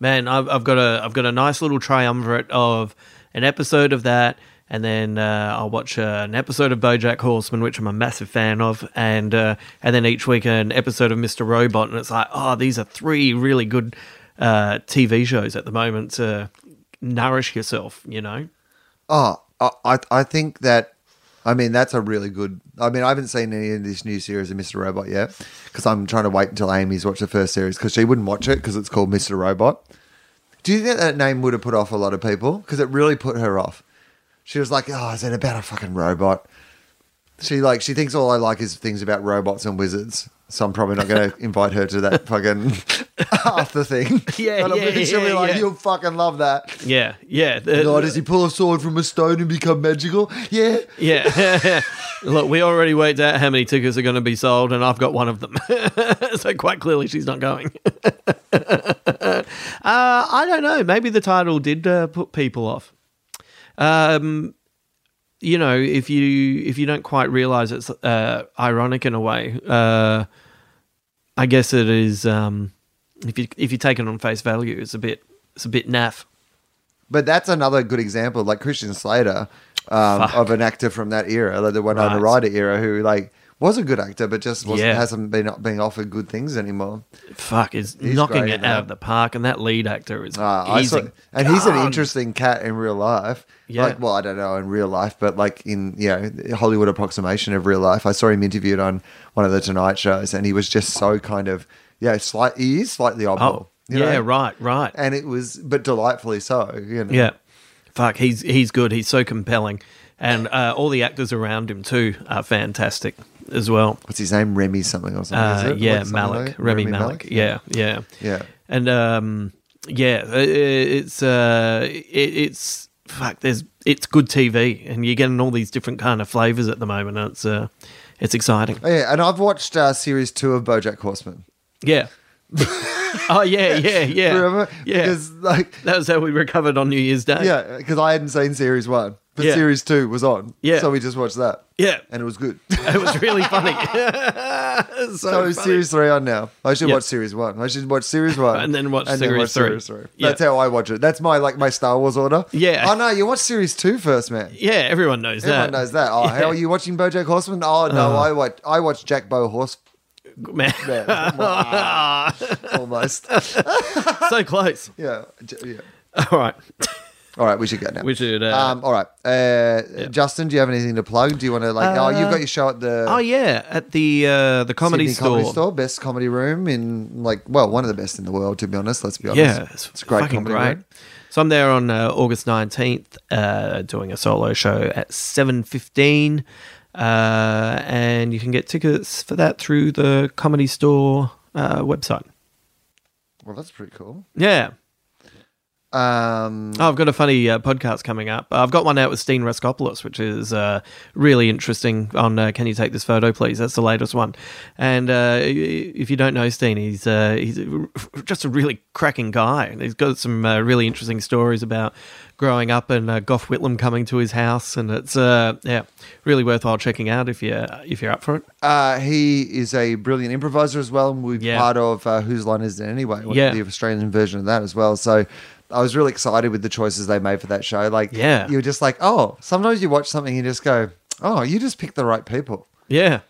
Man, I've, I've got a I've got a nice little triumvirate of an episode of that, and then uh, I'll watch uh, an episode of BoJack Horseman, which I'm a massive fan of, and uh, and then each week an episode of Mr. Robot, and it's like, oh, these are three really good uh, TV shows at the moment to nourish yourself, you know? Oh, I, I- I think that I mean, that's a really good. I mean, I haven't seen any of this new series of Mr. Robot yet because I'm trying to wait until Amy's watched the first series because she wouldn't watch it because it's called Mr. Robot. Do you think that name would have put off a lot of people? Because it really put her off. She was like, "Oh, is it about a fucking robot?" She like she thinks all I like is things about robots and wizards. So I'm probably not going to invite her to that fucking after thing. Yeah, but I'm yeah, thinking she'll be yeah, like, yeah. "You'll fucking love that." Yeah, yeah. the- Oh, does he pull a sword from a stone and become magical? Yeah. Yeah. Look, we already worked out how many tickets are going to be sold, and I've got one of them. so quite clearly, she's not going. uh, I don't know. Maybe the title did uh, put people off. Um, you know, if you if you don't quite realize it's uh, ironic in a way, uh, I guess it is. Um, if you if you take it on face value, it's a bit it's a bit naff. But that's another good example, like Christian Slater, um, Fuck. of an actor from that era, like the Winona Right. Ryder era, who like was a good actor, but just wasn't, Yeah. hasn't been not being offered good things anymore. Fuck is He's knocking great it in out that. of the park, and that lead actor is. Uh, I he's saw, a and he's an gun. interesting cat in real life. Yeah. Like, well, I don't know in real life, but like in you know the Hollywood approximation of real life. I saw him interviewed on one of the Tonight shows, and he was just so kind of yeah, slight. He is slightly oddball. Oh, you yeah, know? right, right. And it was, but delightfully so. You know? yeah, fuck, he's he's good. He's so compelling, and uh, all the actors around him too are fantastic as well. what's his name? Remy something or something. is Uh, it? yeah, Like something Malik, like- Remy, Malik. Yeah, yeah, Yeah. and um, yeah, i- i- it's uh, it, it's fuck. There's it's good TV, and you're getting all these different kind of flavors at the moment. and It's uh, it's exciting. Oh, yeah, and I've watched uh, series two of BoJack Horseman. Yeah. oh yeah, yeah, yeah. Remember? Yeah. Because like, that was how we recovered on New Year's Day. yeah, because I hadn't seen series one, but Yeah. series two was on. Yeah. So we just watched that. Yeah. And it was good. It was really funny. so so funny. is series three on now. I should Yeah. watch series one. I should watch series one And then watch series three. Yeah. That's how I watch it. That's my like my Star Wars order. Yeah. Oh no, you watch series two first, man. Yeah, everyone knows Everyone that. Uh. knows that. Oh, how are you watching BoJack Horseman? Oh no, I watch I watch Jack Bo Horse Man, Man. Wow. Almost. so close. Yeah. J- yeah. All right. All right, we should go now. We should, uh, um, all right, uh, Justin, do you have anything to plug? Do you want to like? oh, you've got your show at the Oh yeah, at the uh, the comedy Sydney store. Comedy Store, best comedy room in like, well, one of the best in the world, to be honest. Let's be honest. Yeah, it's, a great fucking comedy great. room. So I'm there on uh, August 19th, uh, doing a solo show at 7:15, uh, and you can get tickets for that through the comedy store uh, website. Well, that's pretty cool. Yeah. Um, Oh, I've got a funny uh, podcast coming up. I've got one out with Steen Raskopoulos, which is uh, really interesting. On uh, can you take this photo, please? That's the latest one. And uh, if you don't know Steen, he's uh, he's just a really cracking guy, and he's got some uh, really interesting stories about growing up and uh, Gough Whitlam coming to his house, and it's uh, yeah, really worthwhile checking out if you are if you're up for it. uh, he is a brilliant improviser as well, and we're Yeah. part of uh, Whose Line Is It Anyway? Yeah. the Australian version of that as well. So. I was really excited with the choices they made for that show. Like, Yeah. you were just like, oh, sometimes you watch something and you just go, oh, you just picked the right people. Yeah,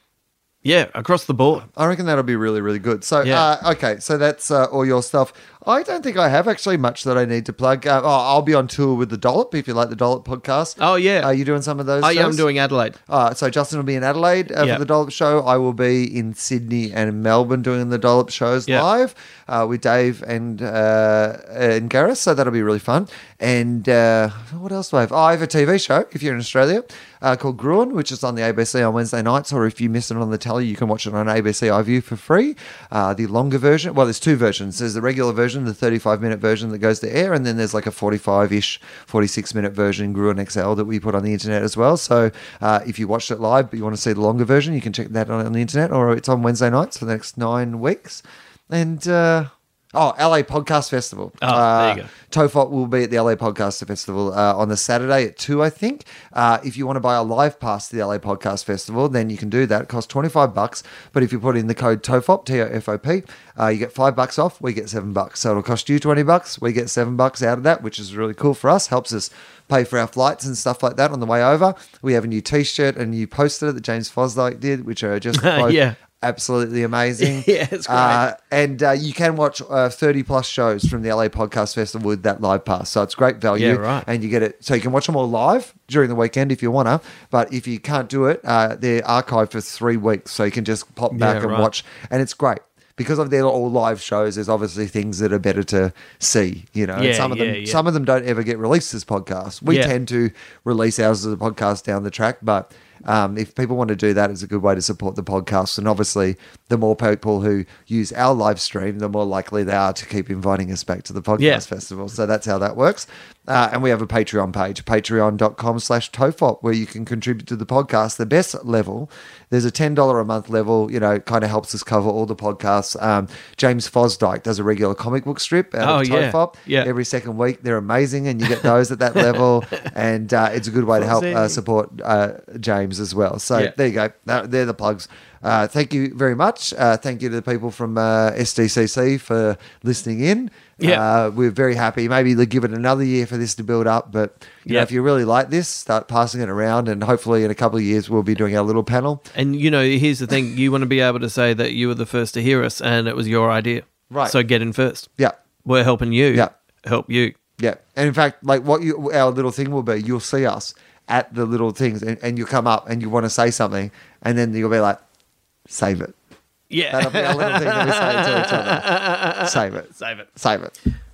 yeah, across the board. I reckon that'll be really, really good. So, Yeah. uh, okay, so that's uh, all your stuff. I don't think I have actually much that I need to plug. Uh, oh, I'll be on tour with the Dollop if you like the Dollop podcast. Oh, yeah. are you doing some of those? Oh, yeah, I'm shows? doing Adelaide. Uh, so Justin will be in Adelaide uh, Yeah. for the Dollop show. I will be in Sydney and Melbourne doing the Dollop shows Yeah. live uh, with Dave and uh, and Gareth. So that'll be really fun. And uh, what else do I have? Oh, I have a TV show if you're in Australia uh, called Gruen, which is on the ABC on Wednesday nights. Or if you miss it on the telly, you can watch it on ABC iView for free. Uh, the longer version. Well, there's two versions. There's the regular version, the 35 minute version that goes to air, and then there's like a 45 ish, 46 minute version Gruen XL that we put on the internet as well. So uh, if you watched it live but you want to see the longer version, you can check that on, on the internet or it's on Wednesday nights for the next nine weeks. And uh, oh, LA Podcast Festival. Oh, there you Uh, go. Tofop will be at the LA Podcast Festival uh, on the Saturday at 2, I think. Uh, if you want to buy a live pass to the LA Podcast Festival, then you can do that. It costs 25 bucks. But if you put in the code TOFOP, T O F O P, uh, you get 5 bucks off. We get 7 bucks. So it'll cost you 20 bucks. We get 7 bucks out of that, which is really cool for us. Helps us pay for our flights and stuff like that on the way over. We have a new t shirt and a new poster that James Fosdyke did, which are just both Yeah. absolutely amazing. Yeah, it's great. Uh, and uh, you can watch uh, 30 plus shows from the LA Podcast Festival with that live pass. So it's great value. Yeah, right. And you get it. So you can watch them all live during the weekend if you want to. But if you can't do it, uh, they're archived for three weeks. So you can just pop back and right. watch. And it's great. Because of their all live shows, there's obviously things that are better to see, you know. And Yeah, some of them, yeah, yeah. some of them don't ever get released as podcasts. We Yeah. tend to release ours as a podcast down the track, but um, if people want to do that, it's a good way to support the podcast. And obviously, the more people who use our live stream, the more likely they are to keep inviting us back to the podcast Yeah. festival. So that's how that works. Uh, and we have a Patreon page, patreon.com slash tofop, where you can contribute to the podcast. The best level, there's a $10 a month level, you know, kind of helps us cover all the podcasts. Um, James Fosdyke does a regular comic book strip out of Oh, yeah. Tofop Yeah. every second week. They're amazing, and you get those at that level, and uh, it's a good way to help uh, Fuzzy. support uh, James as well. So Yeah. there you go. That- They're the plugs. Uh, thank you very much. Uh, thank you to the people from uh, SDCC for listening in. Yeah. Uh, we're very happy. Maybe they'll give it another year for this to build up, but you know, Yeah. if you really like this, start passing it around, and hopefully in a couple of years we'll be doing our little panel. And you know, here's the thing: you want to be able to say that you were the first to hear us, and it was your idea. Right. So get in first. Yeah. We're helping you. Yeah. Help you. Yeah, and in fact, like what you our little thing will be, you'll see us at the little things, and, and you come up and you want to say something, and then you'll be like, "Save it." Yeah. That'll be our little thing that we say to each other. Save it. Save it. Save it.